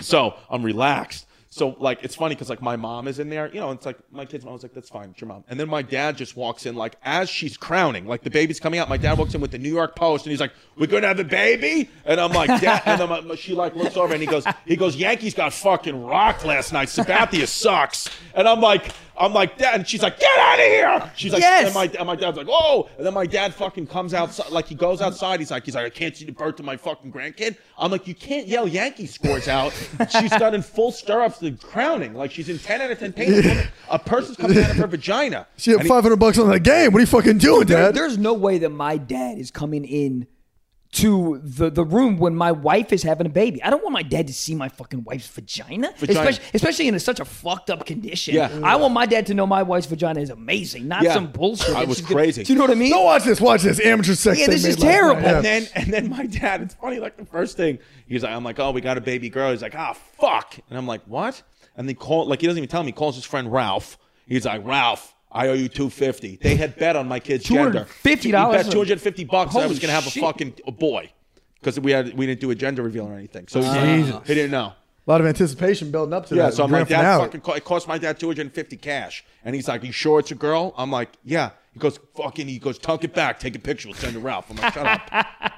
So I'm relaxed. So like it's funny because like my mom is in there, you know, it's like my kid's mom was like, That's fine, it's your mom. And then my dad just walks in, like as she's crowning, like the baby's coming out, my dad walks in with the New York Post and he's like, We're gonna have a baby? And I'm like, Dad and I'm, uh, she like looks over and he goes, he goes, Yankees got fucking rocked last night. Sabathia sucks. And I'm like, I'm like, Dad, and she's like, Get out of here. She's like, Yes. and my and my dad's like, oh, and then my dad fucking comes outside, like he goes outside. He's like, he's like, I can't see the birth of my fucking grandkid. I'm like, you can't yell Yankee scores out. she's got in full stirrups, the crowning, like she's in ten out of ten pain. A person's coming out of her vagina. She had 500 bucks on the game. What are you fucking doing, There- Dad? there's no way that my dad is coming in to the, the room when my wife is having a baby. I don't want my dad to see my fucking wife's vagina, Vagina. Especially, especially in such a fucked up condition. Yeah. I want my dad to know my wife's vagina is amazing, not Yeah. some bullshit. I that was she's gonna- crazy. Do you know what I mean? No, watch this. Watch this. Amateur sex. Yeah, they this is made last terrible. night. Yeah. And then and then my dad, it's funny, like the first thing, he's like, I'm like, oh, we got a baby girl. He's like, ah, fuck. And I'm like, what? And they call like he doesn't even tell me, he calls his friend Ralph. He's like, Ralph. I owe you two fifty. They had bet on my kid's gender. $250? Two hundred fifty bucks. that I Holy was gonna have shit. a fucking a boy, because we had we didn't do a gender reveal or anything. So he, Jesus. didn't, he didn't know. A lot of anticipation building up to Yeah, that. so I'm Grand like, dad, finale. fucking, co- it cost my dad 250 cash. And he's like, you sure it's a girl? I'm like, yeah. He goes, fucking, he goes, tuck it back, take a picture, we'll send it to Ralph. I'm like, shut up.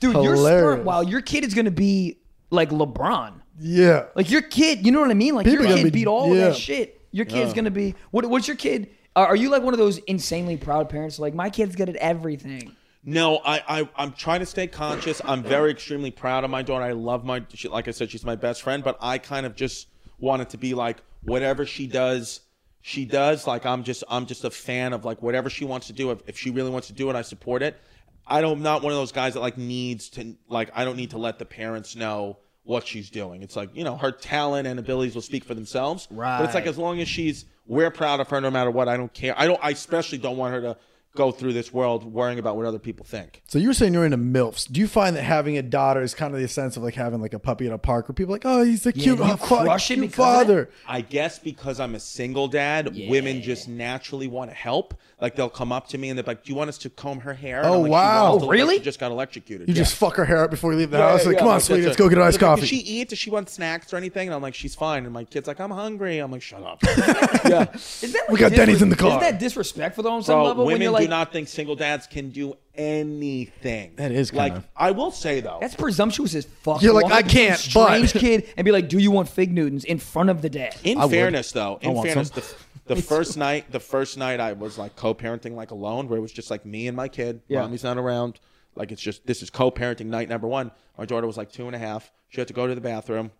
Dude, your sperm, Hilarious. wow, your kid is gonna be like LeBron. Yeah. Like your kid, you know what I mean? Like People your gotta kid be- beat all yeah. that shit. Your kid's gonna be what? What's your kid? Are are you like one of those insanely proud parents? Like my kid's good at everything. No, I, I I'm trying to stay conscious. I'm very extremely proud of my daughter. I love my she, like I said, she's my best friend. But I kind of just wanted to be like whatever she does, she does. Like I'm just I'm just a fan of like whatever she wants to do. If, if she really wants to do it, I support it. I don't I'm not one of those guys that like needs to like I don't need to let the parents know what she's doing. It's like you know her talent and abilities will speak for themselves. But it's like Right. as long as she's we're proud of her no matter what. I don't care. I don't. I especially don't want her to go through this world worrying about what other people think. So you were saying you're into MILFs. Do you find that having a daughter is kind of the sense of like having like a puppy at a park where people are like, oh, he's a cute, do you oh, fa- crush it cute because of that? father. I guess because I'm a single dad, women just naturally want to help. Like they'll come up to me and they're like, "Do you want us to comb her hair?" And Oh, I'm like, "She wow. wants to Oh, look like really? She just got electrocuted. You Yeah. just fuck her hair up before you leave the Yeah, house. yeah, like, yeah. come I'm on, like, sweetie, that's let's a- go get an iced She's like, coffee. Does she eat? Does she want snacks or anything? And I'm like, she's fine. And my kid's like, I'm hungry. I'm like, shut <laughs> up. yeah. Is that We got Denny's in the car. Is that disrespectful though on some Bro, level? when women you're like, do not think single dads can do anything. That is like kinda- I will say though. that's presumptuous as fuck. You're to like, walk I up to some can't, but- strange kid and be like, do you want fig Newtons in front of the dad? In I would. fairness, though, in want fairness, some. the, <laughs> the first night, the first night I was like co-parenting like alone, where it was just like me and my kid. Yeah. Mommy's not around. Like it's just this is co-parenting night number one. My daughter was like two and a half. She had to go to the bathroom.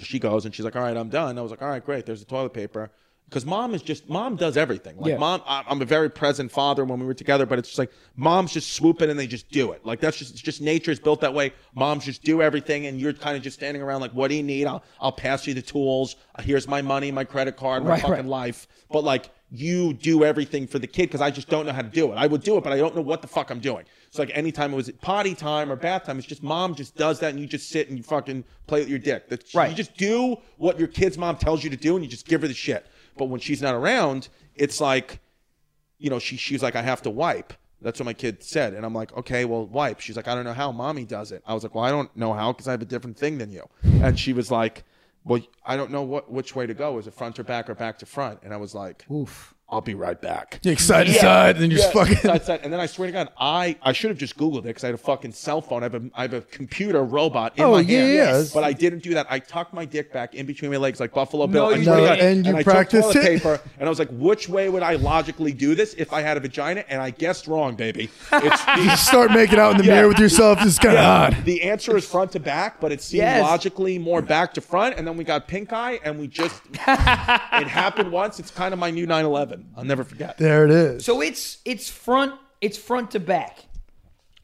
She goes and she's like, "All right, I'm done." I was like, "All right, great." There's the toilet paper because mom is just mom does everything. Like Yeah. mom, I, I'm a very present father when we were together, but it's just like mom's just swooping and they just do it. Like that's just it's just nature is built that way. Moms just do everything, and you're kind of just standing around like, "What do you need? I'll I'll pass you the tools. Here's my money, my credit card, my Right, fucking right. life." But like you do everything for the kid because I just don't know how to do it. I would do it, but I don't know what the fuck I'm doing. So like anytime it was potty time or bath time, it's just mom just does that and you just sit and you fucking play with your dick. That's, Right. You just do what your kid's mom tells you to do and you just give her the shit. But when she's not around, it's like, you know, she she's like, I have to wipe. That's what my kid said. And I'm like, okay, well, wipe. She's like, I don't know how mommy does it. I was like, well, I don't know how because I have a different thing than you. And she was like, well, I don't know what which way to go. Is it front or back or back to front? And I was like, Oof. I'll be right back. You excited side, and you just Yeah, fucking. that's that. And then I swear to God, I, I should have just Googled it because I had a fucking cell phone. I have a, I have a computer robot in Oh, my yeah, hand. yeah. Yes. But I didn't do that. I tucked my dick back in between my legs like Buffalo Bill. you I swear to didn't. God. And you I practiced took toilet it? paper and I was like, which way would I logically do this if I had a vagina? And I guessed wrong, baby. <laughs> It's You start making out in <laughs> the Yeah. mirror with yourself. It's kind of odd. the answer is front to back, but it seemed Yes. logically more back to front. And then we got pink eye, and we <laughs> just it happened once. It's kind of my new 9/11. I'll never forget. There it is. So it's it's front it's front to back.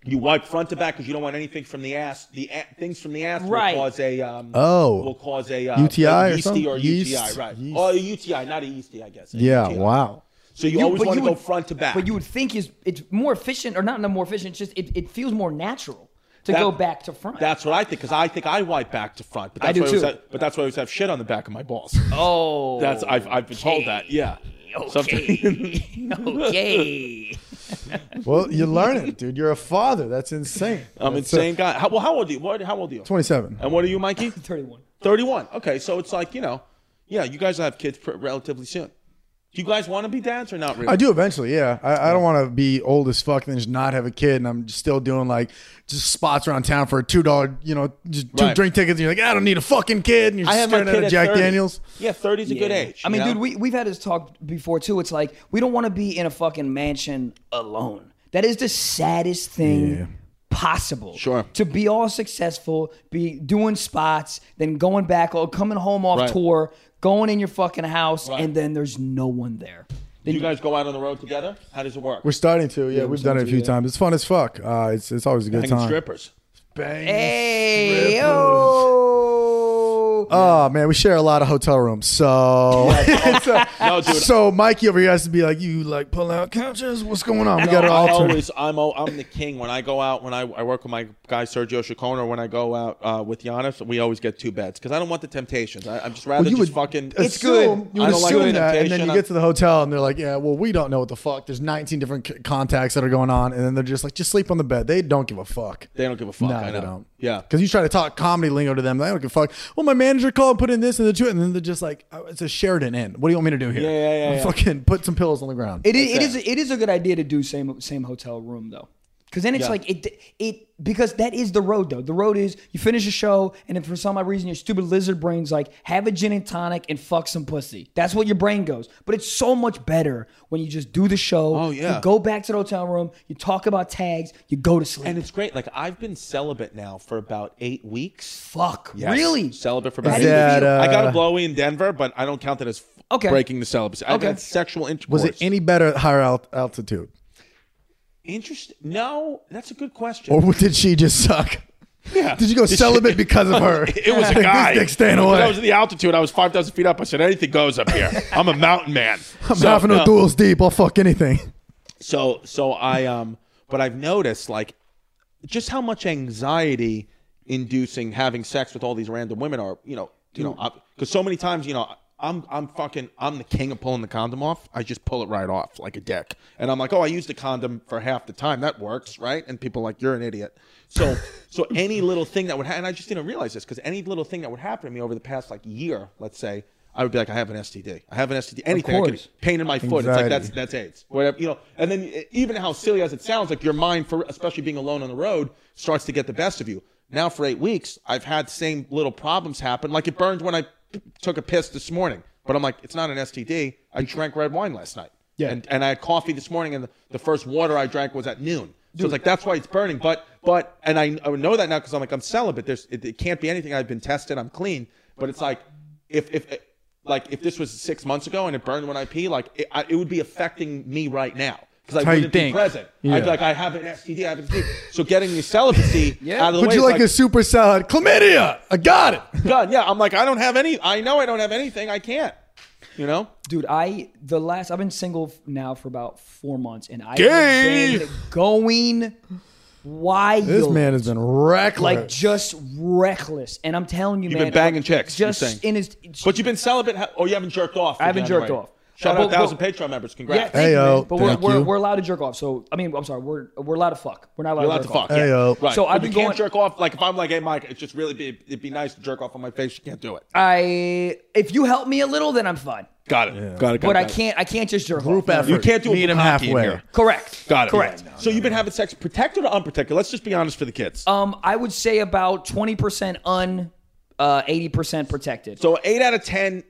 You wipe front to back because you don't want anything from the ass. The a- things from the ass Right. will cause a um, Oh. will cause a uh, UTI or something? yeasty or, Yeast. UTI, right? Yeast. Oh, a UTI, not a yeasty, I guess. A yeah. UTI. Wow. So you, You- always but want you to go would- front to back. But you would think is it's more efficient or not no, more efficient. It's just it, it feels more natural to That- <laughs> go back to front. That's what I think because I think I wipe back to front. But that's I do why always too. Have, but that's why I always have shit on the back of my balls. oh, That's I've, I've been told that. Yeah. Something- <laughs> okay. <laughs> Well, you're learning, dude. You're a father. That's insane. <laughs> I'm That's, uh, insane guy. How, well, how old are you? What, how old are you? 27. And what are you, Mikey? <laughs> Thirty-one. 31. Okay, so it's like, you know, yeah, you guys will have kids pr- relatively soon. Do you guys want to be dads or not really? I do eventually, yeah. I, I don't want to be old as fuck and then just not have a kid, and I'm still doing like just spots around town for a two dollar, you know, just two Right. drink tickets. And you're like, I don't need a fucking kid, and you're I just have my staring kid at a at Jack 30. Daniels. Yeah, 30's a good age. I mean, you know? dude, we we've had this talk before too. It's like we don't want to be in a fucking mansion alone. That is the saddest thing Yeah. possible. Sure. To be all successful, be doing spots, then going back or coming home off Right. tour, going in your fucking house, Right. and then there's no one there. Do Then you guys go out on the road together? How does it work? We're starting to, yeah. we've done it a starting to, few yeah. times. It's fun as fuck. Uh, it's it's always a good Hanging time. strippers. Bang. Hey, oh. yo. Oh man, we share a lot of hotel rooms, so <laughs> Oh, No, dude. so Mikey over here has to be like, you like pulling out couches? What's going on? We got it I all. turned. always, I'm, al- I'm the king. When I go out, when I, I work with my guy Sergio Chacon, or when I go out uh, with Giannis, we always get two beds because I don't want the temptations. I, I'm just rather you just would fucking. It's assume- good. You I would don't like assume the that, and then temptation. you I'm- get to the hotel, and they're like, "Yeah, well, we don't know what the fuck." There's 19 different c- contacts that are going on, and then they're just like, "Just sleep on the bed." They don't give a fuck. They don't give a fuck. No, I they know. don't. Yeah. because you try to talk comedy lingo to them, they don't give a fuck. Well, my manager called and put in this and the two, and then they're just like, oh, "It's a Sheridan Inn. What do you want me to do here? Yeah, <laughs> yeah, yeah, yeah. Fucking put some pillows on the ground." It is, it is it is a good idea to do same same hotel room though, because then it's Yeah. like it it because that is the road though. The road is you finish a show and if for some odd reason your stupid lizard brain's like have a gin and tonic and fuck some pussy. That's what your brain goes. But it's so much better when you just do the show. Oh, yeah. you go back to the hotel room. You talk about tags. You go to sleep. And it's great. Like I've been celibate now for about eight weeks. fuck really. Celibate for about Is eight that, weeks. I got uh, a blowy in Denver, but I don't count that as f- Okay. breaking the celibacy. I Okay. okay. had sexual intercourse. Was it any better at higher alt- altitude, interesting? No, that's a good question. or what- did she just suck? yeah. Did you go celibate because of <laughs> her? <laughs> It was a Like, guy. <laughs> This dick staying When I was away. at the altitude. I was five thousand feet up. I said anything goes up here. I'm a mountain man. <laughs> I'm having no duels deep. I'll fuck anything. So so I um but I've noticed like just how much anxiety inducing having sex with all these random women are, you know, you know, cuz so many times, you know, I'm I'm fucking I'm the king of pulling the condom off. I just pull it right off like a dick. And I'm like, "Oh, I used the condom for half the time. That works, right?" And people are like, "You're an idiot." So so any little thing that would happen and I just didn't realize this cuz any little thing that would happen to me over the past like year, let's say, I would be like, "I have an STD. I have an STD." Anything I could course. pain in my foot. It's Anxiety. like that's that's AIDS. Whatever you know. And then e- even how silly as it sounds, like your mind, for especially being alone on the road, starts to get the best of you. Now for eight weeks, I've had same little problems happen. Like it burned when I p- took a piss this morning, but I'm like, it's not an STD. I drank red wine last night. Yeah. And and I had coffee this morning, and the, the first water I drank was at noon. So it's like that's why it's burning. But but and I, I know that now because I'm like I'm celibate. There's it, it can't be anything. I've been tested. I'm clean. But it's like if if like if this was six months ago and it burned when I pee, like it, I, it would be affecting me right now because how I you wouldn't be think. present. Yeah. I'd be like, I have an STD, I have an STD. So getting the <laughs> celibacy out of the Would way, you is like, like a super salad? Chlamydia. I got it. God, yeah, I'm like, I don't have any. I know I don't have anything. I can't. You know, Dude, I the last I've been single f- now for about four months, and I've Gay. been going wild. This man has been reckless. like just reckless. And I'm telling you, You've man, been banging chicks, you're Just saying. in his, but you've been celibate. ha- Oh, you haven't jerked off. I haven't jerked off. Shout Uh, out but- thousand but- Patreon members. yeah, Congrats. thank you, man. Heyo, But we're, thank we're, you. we're allowed to jerk off. So I mean, I'm sorry, we're we're allowed to fuck. We're not allowed, You're allowed to fuck. Yeah. Ayo. Right. So But I've you been can't going- jerk off. Like if I'm like, hey, Mike, it's just really be, it'd be nice to jerk off on my face. You can't do it. I if you help me a little, then I'm fine. Got it. Got it. Got But it, I got it. can't. I can't just jerk Group off. effort. You can't do a Meet 'em bukkake in halfway. here. Correct. Got it. Correct. Yeah, no, so you've been having sex protected or unprotected? Let's just be honest for the kids. Um, I would say about twenty percent un, uh, eighty percent protected. so eight out of ten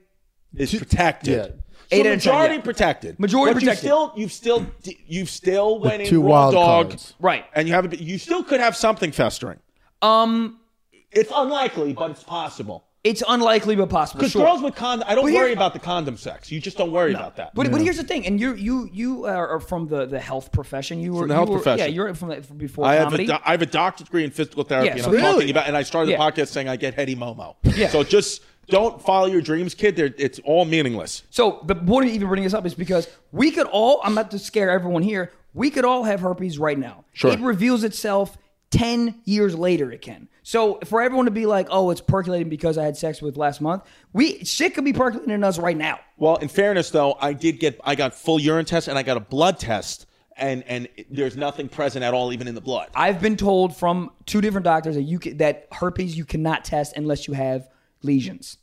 is protected. yeah. So Eight out of 10, majority yeah. protected. Majority but protected. You still, you've still, you've still went in two raw wild dog, cards. right. and you haven't. been- You still could have something festering. Um, It's unlikely, but it's possible. it's unlikely but possible. Because sure. girls with condom, I don't here- worry about the condom sex. You just don't worry about that. But, but here's the thing, and you you you are are from the, the health profession. You were the health you were- profession. Yeah, you're from, the, from before I have, a comedy. do- I have a doctorate degree in physical therapy, Yeah, and so I'm talking really- about. And I started Yeah. the podcast saying I get heady momo. Yeah. So just don't follow your dreams, kid. They're, it's all meaningless. so the point of even bringing this up is because we could all. I'm not to scare everyone here. We could all have herpes right now. Sure. It reveals itself ten years later. It can. So for everyone to be like, oh, it's percolating because I had sex with last month. We shit could be percolating in us right now. Well, in fairness, though, I did get I got full urine test and I got a blood test, and and it- there's nothing present at all, even in the blood. I've been told from two different doctors that you can, that herpes you cannot test unless you have lesions.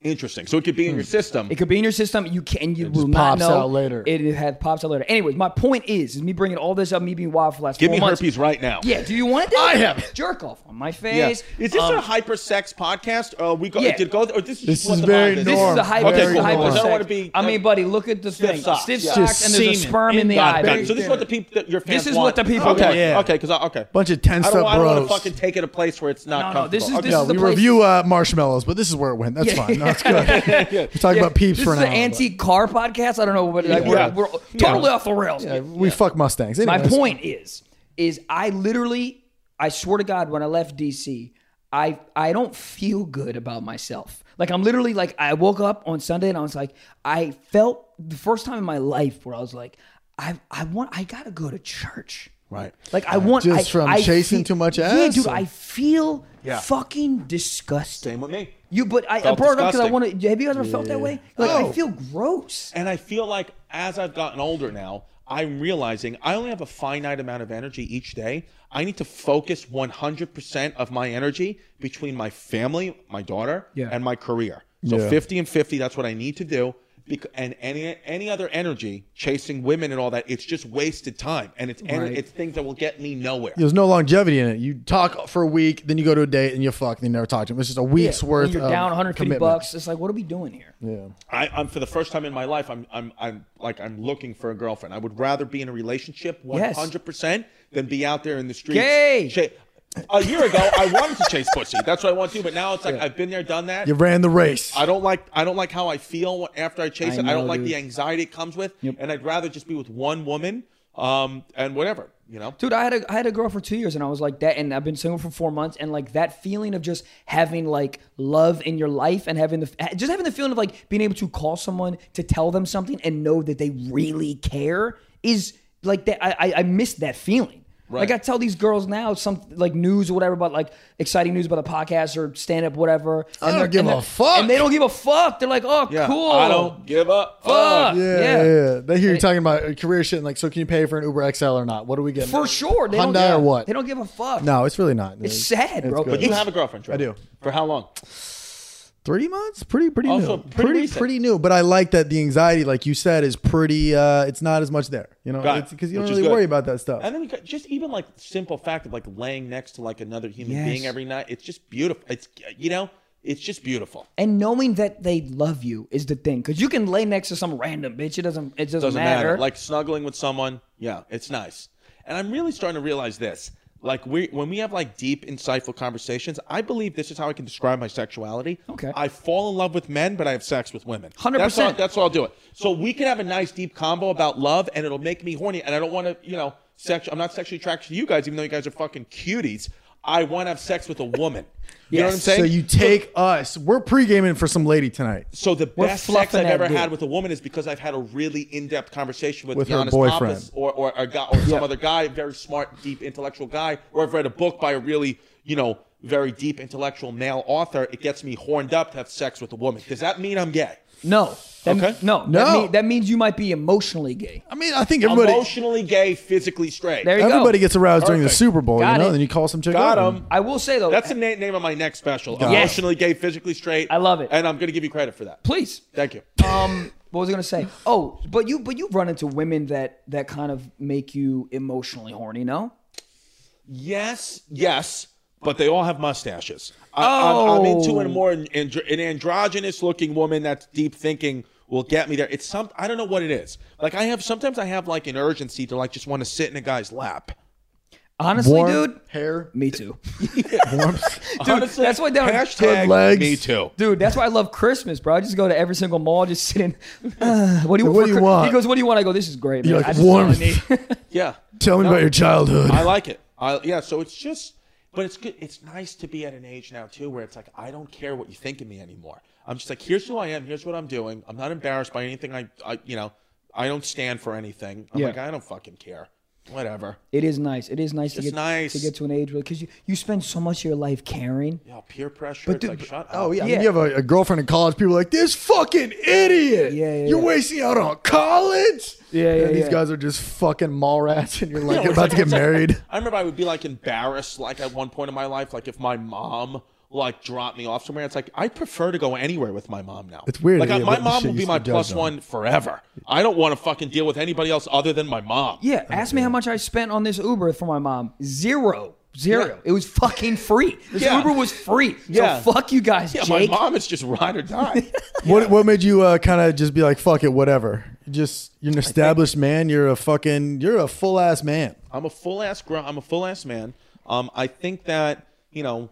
Interesting. So it could be in your system. Hmm. It could be in your system. You can and you will not pops know. out later. It, it had pops out later. Anyways, my point is, is me bringing all this up, me being wild for the last Give four me months. herpes right now. Yeah. Do you want it? I have it. jerk off on my Yeah. face. Is this Um, a hyper sex podcast? Uh, we go, yeah. did go, or this is, This just what is the very vibe this norm. is a hyper, Okay, cool, hyper cool. I sex. don't want to be. I mean, buddy, look at the thing. socks, Stiff yeah. socks, Just and there's a semen sperm in the inside. eye. Got Very it. So this is thin. what the people, that your fans This is what want. the people Okay, want. Yeah. okay, because okay, Bunch of tensed I don't, up I don't want to bros. fucking take it a place where it's not No, no, this comfortable. is- this Okay. No, the we place- review uh, marshmallows, but this is where it went. That's fine. No, it's good. <laughs> We're talking about peeps this for is an an hour. anti-car podcast. I don't know, but like, Yeah. we're, we're Yeah. totally off the rails. but- we fuck Mustangs. My Anyways. point is, is I literally, I swear to God, when I left DC, I I don't feel good about myself. Like I'm literally like I woke up on Sunday and I was like, I felt the first time in my life where I was like, I I want I gotta go to church. Right. Like I want Just I- from I chasing feel- too much Yeah, ass, dude, or- I feel Yeah. fucking disgusting. Same with me. You, but I, I Felt brought it up because I disgusting. want to. Have you ever felt that way? Like I Oh. feel gross. And I feel like as I've gotten older now, I'm realizing I only have a finite amount of energy each day. I need to focus 100% of my energy between my family, my daughter, Yeah. and my career. So Yeah. 50 and 50, that's what I need to do. Bec- And any any other energy chasing women and all that, it's just wasted time, and it's ener- Right. it's things that will get me nowhere. There's no longevity in it. You talk for a week, then you go to a date and you fuck, and you never talk to them. It's just a week's Yeah, worth. When you're of down 150 commitment. bucks, it's like, what are we doing here? Yeah. I, I'm for the first time in my life, I'm I'm I'm like I'm looking for a girlfriend. I would rather be in a relationship 100 percent than be out there in the streets. Gay. cha- a year ago, I wanted to chase pussy. That's what I want to do. But now it's like I've been there, done that. You ran the race. I don't like I don't like how I feel after I chase I it. I know, don't like dude. the anxiety it comes with, and I'd rather just be with one woman, um, and whatever you know. dude i had a i had a girl for two years and i was like that and i've been single for four months and like that feeling of just having like love in your life and having the just having the feeling of like being able to call someone to tell them something and know that they really care is like that i i, I miss that feeling Like I tell these girls now, some like news or whatever about like exciting news about the podcast or stand up, whatever. And don't they're- give and a they're- fuck. And they don't give a fuck. They're like, oh, Yeah, cool. I don't give up. Fuck. Yeah, Yeah. Oh, yeah. yeah. They hear you talking about uh, career shit and like, so can you pay for an Uber XL or not? What do we get for sure. They don't, Hyundai or what? They don't give a fuck. No, it's really not. it's sad, bro. good. But you It's- have a girlfriend, Trevor. I do. For how long? three months pretty pretty Also new Oh, pretty recent. pretty new but i like that the anxiety like you said is pretty uh it's not as much there you know Got it. because you don't Which is really good. worry about that stuff And then you got just even like simple fact of like laying next to like another human Yes. being every night. It's just beautiful. It's you know, it's just beautiful. and knowing that they love you is the thing because you can lay next to some random bitch it doesn't it doesn't, Doesn't matter. matter. Like snuggling with someone. Yeah, it's nice. And I'm really starting to realize this. Like we when we have like deep insightful conversations, I believe this is how I can describe my sexuality. Okay. I fall in love with men, but I have sex with women. 100%. That's all, that's all I'll do it. So we can have a nice deep combo about love and it'll make me horny and I don't want to, you know, sex I'm not sexually attracted to you guys even though you guys are fucking cuties. I want to have sex with a woman. You know what I'm saying? so you take us we're pre-gaming for some lady tonight So the best sex fluffing I've that ever dude. had with a woman is because I've had a really in-depth conversation with, With her Giannis boyfriend. Papas or or, a guy, or some other guy, very smart, deep, intellectual guy, or I've read a book by a really you know very deep intellectual male author. It gets me horned up to have sex with a woman. Does that mean I'm gay? no, that, Okay. no, That, No. mean- that means you might be emotionally gay. i mean i think everybody Emotionally gay, physically straight. There you everybody go. gets aroused during the Perfect. super bowl Got you know it. then you call some chick Got up 'em. and- I will say though, That's the na- name of my next special. Yes. Emotionally gay, physically straight. I love it. and I'm gonna give you credit for that. please. Thank you. Um, What was I gonna say? Oh, but you but you've run into women that that kind of make you emotionally horny, no? Yes, yes, but they all have mustaches. I, I'm, I'm into a Oh. more an, an androgynous looking woman that's deep thinking will get me there. It's some I don't know what it is. Like I have sometimes I have like an urgency to like just want to sit in a guy's lap. Honestly, Warm dude. hair, Me too. warmth. Dude, that's why down- hashtag Good legs. me too. Dude, that's why I love Christmas, bro. I just go to every single mall, just sit in. Uh, <sighs> what do you, What for do you Chri- want? He goes, "What do you want?" I go, "This is great, man." You're like, I just- warmth. Yeah, <laughs> Tell me about your childhood. I like it. I, yeah, so it's just, but it's good. It's nice to be at an age now too where it's like I don't care what you think of me anymore. I'm just like, here's who I am. Here's what I'm doing. I'm not embarrassed by anything. I, I you know, I don't stand for anything. I'm Yeah. like, I don't fucking care. Whatever. It is nice. It is nice to It's get nice. to get to an age where because you, you spend so much of your life caring. Yeah, peer pressure. But it's dude, like, shut oh up. yeah, I mean, Yeah. you have a, a girlfriend in college. People are like this fucking idiot. Yeah, yeah, you're yeah. wasting out on college. Yeah, yeah, And These yeah. guys are just fucking mall rats, and you're like Yeah, about <laughs> to get married. I remember I would be like embarrassed, like at one point in my life, like if my mom like dropped me off somewhere. It's like I prefer to go anywhere with my mom now. It's weird, Like yeah, I- my what the mom shit will you be used my to judge plus on. one forever. I don't want to fucking deal with anybody else other than my mom. Yeah, ask me how much I spent on this Uber for my mom. Zero. Zero. It was fucking free. This Yeah. Uber was free. Yeah. So fuck you guys, Yeah, <laughs> Jake. my mom is just ride or die. What what made you uh, kind of just be like fuck it, whatever? You Just you're an established man. You're a fucking you're a full ass man. I'm a full ass gr- I'm a full ass man. Um, I think that you know,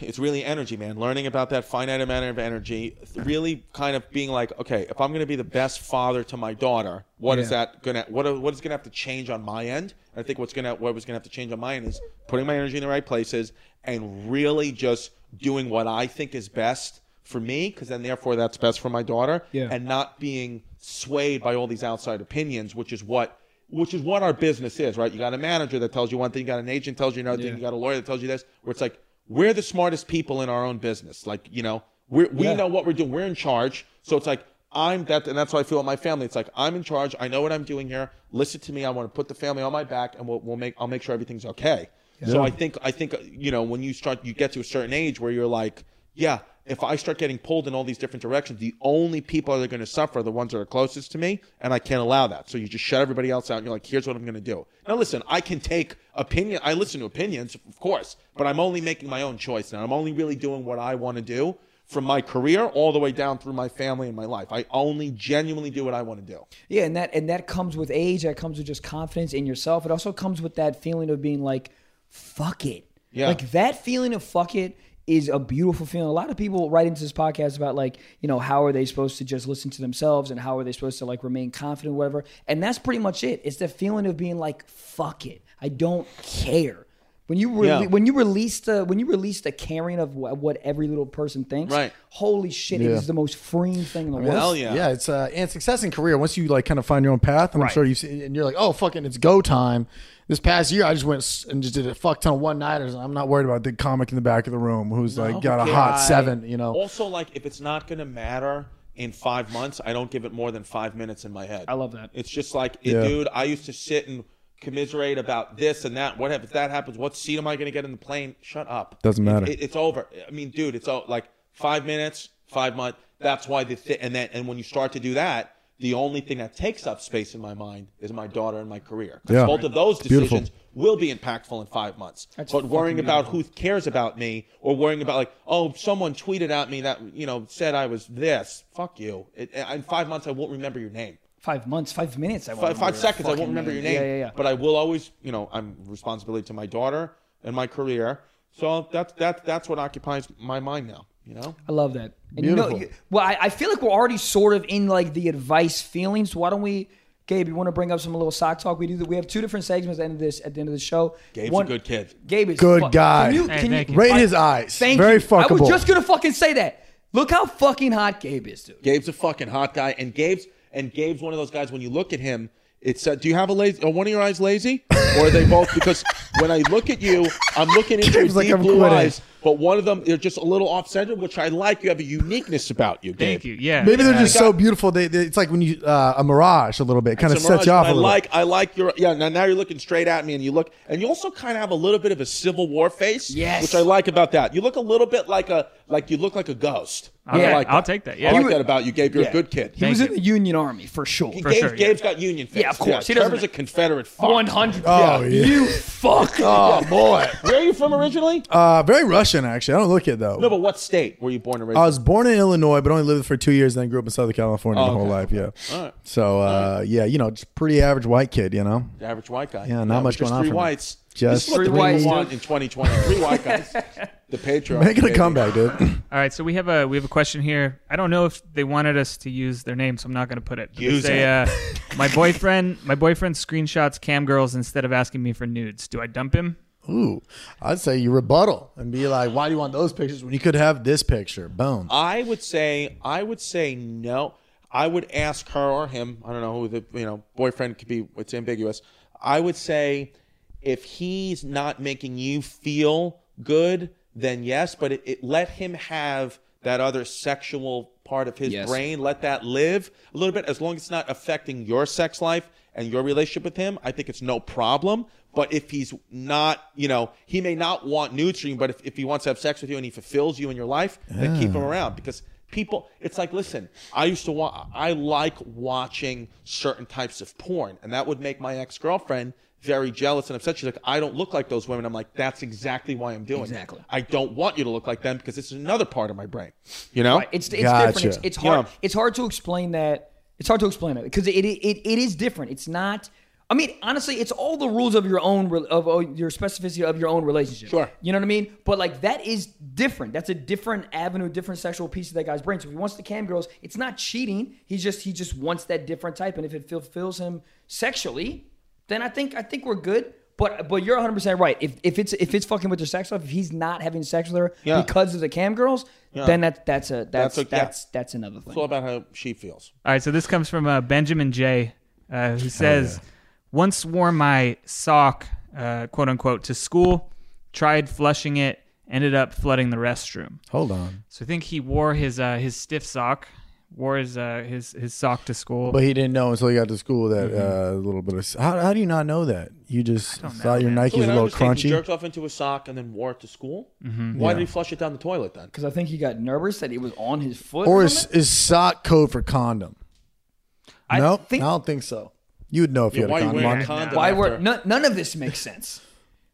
it's really energy, man. Learning about that finite amount of energy, really kind of being like, okay, if I'm going to be the best father to my daughter, what is Yeah. that gonna what what is going to have to change on my end? I think what's gonna what was going to have to change on my end is putting my energy in the right places and really just doing what I think is best for me, because then therefore that's best for my daughter, Yeah. and not being swayed by all these outside opinions, which is what which is what our business is, right? You got a manager that tells you one thing, you got an agent tells you another thing, you got a lawyer that tells you this, where it's like we're the smartest people in our own business. Like, you know, we're, we know what we're doing. We're in charge. So it's like I'm that and that's how I feel in my family. It's like I'm in charge. I know what I'm doing here. Listen to me. I want to put the family on my back and we'll, we'll make I'll make sure everything's okay. So I think I think uh, you know when you start you get to a certain age where you're like yeah, if I start getting pulled in all these different directions, the only people that are going to suffer are the ones that are closest to me, and I can't allow that. So you just shut everybody else out, and you're like, here's what I'm going to do. Now, listen, I can take opinion. I listen to opinions, of course, but I'm only making my own choice now. I'm only really doing what I want to do from my career all the way down through my family and my life. I only genuinely do what I want to do. Yeah, and that and that comes with age. That comes with just confidence in yourself. It also comes with that feeling of being like, "Fuck it." Yeah. Like that feeling of "fuck it" is a beautiful feeling. A lot of people write into this podcast about like, you know, how are they supposed to just listen to themselves and how are they supposed to like remain confident, whatever. And that's pretty much it. It's the feeling of being like, "Fuck it," I don't care. When you re- Yeah. when you release the when you release the caring of wh- what every little person thinks, Right. Holy shit! It Yeah. is the most freeing thing in the world. Hell yeah. yeah. It's uh, and success in career. Once you like kind of find your own path, and I'm sure you see, and you're like, oh fucking, it's go time. This past year, I just went s- and just did a fuck ton of one nighters, and I'm not worried about the comic in the back of the room who's like got a hot seven. You know, Also, like, if it's not going to matter in five months, I don't give it more than five minutes in my head. I love that. It's just like, eh, Yeah. dude, I used to sit and commiserate about this and that. What if that happens? What seat am I going to get in the plane? Shut up. Doesn't It- matter. it- it's over. I mean, dude, it's all, like five minutes, five months. That's why the thi- and then and when you start to do that, the only thing that takes up space in my mind is my daughter and my career. 'Cause Yeah. both of those decisions beautiful. will be impactful in five months. but worrying about who cares about me or worrying about like, oh, someone tweeted at me that you know said I was this. Fuck you. It, in five months, I won't remember your name. Five months, five minutes. I won't Five, five remember. seconds, I won't Fucking remember your name. minute. Yeah, yeah, yeah. But I will always, you know, I'm responsibility to my daughter and my career. So that's that's that's what occupies my mind now. You know. I love that. And you know, Beautiful. you, well, I, I feel like we're already sort of in like the advice feeling. So why don't we, Gabe? You want to bring up some little sock talk? We do. that. We have two different segments at the end of this. At the end of the show, Gabe's a good kid. Gabe is Good fuck- guy. Can you, Hey, can thank you, you. right in his eyes. Thank Very you. I fuckable. was just gonna fucking say that. Look how fucking hot Gabe is, dude. Gabe's a fucking hot guy, and Gabe's and Gabe's one of those guys. When you look at him, it's uh, do you have a lazy? Are one of your eyes lazy, or are they both? Because when I look at you, I'm looking into your Gabe's like, deep "I'm blue quitting." eyes, but one of them they're just a little off center, which I like. You have a uniqueness about you. Gabe. Thank you. Yeah. Maybe they're just got- so beautiful. They, they- it's like when you uh, a mirage a little bit, kind of It's a sets you off mirage, a but I little. like I like your yeah. Now, now you're looking straight at me, and you look, and you also kind of have a little bit of a Civil War face, Yes. which I like about that. You look a little bit like a like you look like a ghost. I'll I take- like I'll take that, yeah. I He like would- that about you, Gabe. You're a good kid. He was you. in the Union Army for sure. Gabe, For sure, yeah. Gabe's got Union face. Yeah, of course. He doesn't- Trevor's a Confederate. Fuck. One hundred. Oh, yeah. You fuck. oh boy, <laughs> Where are you from originally? uh, very Russian actually. I don't look it though. no, but what state were you born originally? I was born in Illinois, but only lived for two years. Then grew up in Southern California my whole Oh, okay. life. Yeah. All right. So uh, yeah, you know, just pretty average white kid. You know. The average white guy. Yeah, not much just going on Three for me. whites. This Just is what the three people whites, want in 2020. Three white <laughs> guys. The patriarch. Making a baby. comeback, dude. <clears throat> All right, so we have a we have a question here. I don't know if they wanted us to use their name, so I'm not going to put it. But they Use say, it. Uh, my boyfriend, my boyfriend screenshots cam girls instead of asking me for nudes. Do I dump him? Ooh, I'd say you rebuttal and be like, "Why do you want those pictures when you could have this picture?" Boom. I would say I would say no. I would ask her or him. I don't know who the you know boyfriend could be. It's ambiguous. I would say if he's not making you feel good, then yes. But it, it let him have that other sexual part of his Yes. brain. Let that live a little bit as long as it's not affecting your sex life and your relationship with him. I think it's no problem. But if he's not, you know, he may not want nude stream, but if, if he wants to have sex with you and he fulfills you in your life, then keep him Ah. around because people it's like listen i used to wa- i like watching certain types of porn and that would make my ex-girlfriend very jealous and upset she's like i don't look like those women i'm like that's exactly why i'm doing Exactly. it i don't want you to look like them because it's another part of my brain you know Right. It's it's Gotcha. different. It's, it's hard. Yeah. It's hard to explain that. It's hard to explain it because it, it it is different. It's not. I mean, honestly, it's all the rules of your own re- of uh, your specificity of your own relationship. Sure. You know what I mean? But like that is different. That's a different avenue, different sexual piece of that guy's brain. So if he wants the cam girls, it's not cheating. He just he just wants that different type, and if it fulfills him sexually, then I think I think we're good. But but you're 100 percent right. If if it's if it's fucking with their sex life, if he's not having sex with her Yeah. because of the cam girls, then that that's a that's that's That's okay. that's, another thing. it's all about how she feels All right, so this comes from uh, Benjamin J, uh, who says, "Once wore my sock, uh, quote unquote, to school. Tried flushing it, ended up flooding the restroom. Hold on, So I think he wore his uh, his stiff sock, wore his uh, his his sock to school. but he didn't know until he got to school that Mm-hmm. uh, little bit of. How, how do you not know that? You just thought your Nike's So wait, a I little understand. He crunchy. Mm-hmm. jerked off into a sock and then wore it to school. Why did he flush it down the toilet then? Because I think he got nervous that he was on his foot. Or Or is, is sock code for condom? I No, think- I don't think so. You would know if you why had a you condom. wearing on. a condom? why after? were none, none of this makes sense?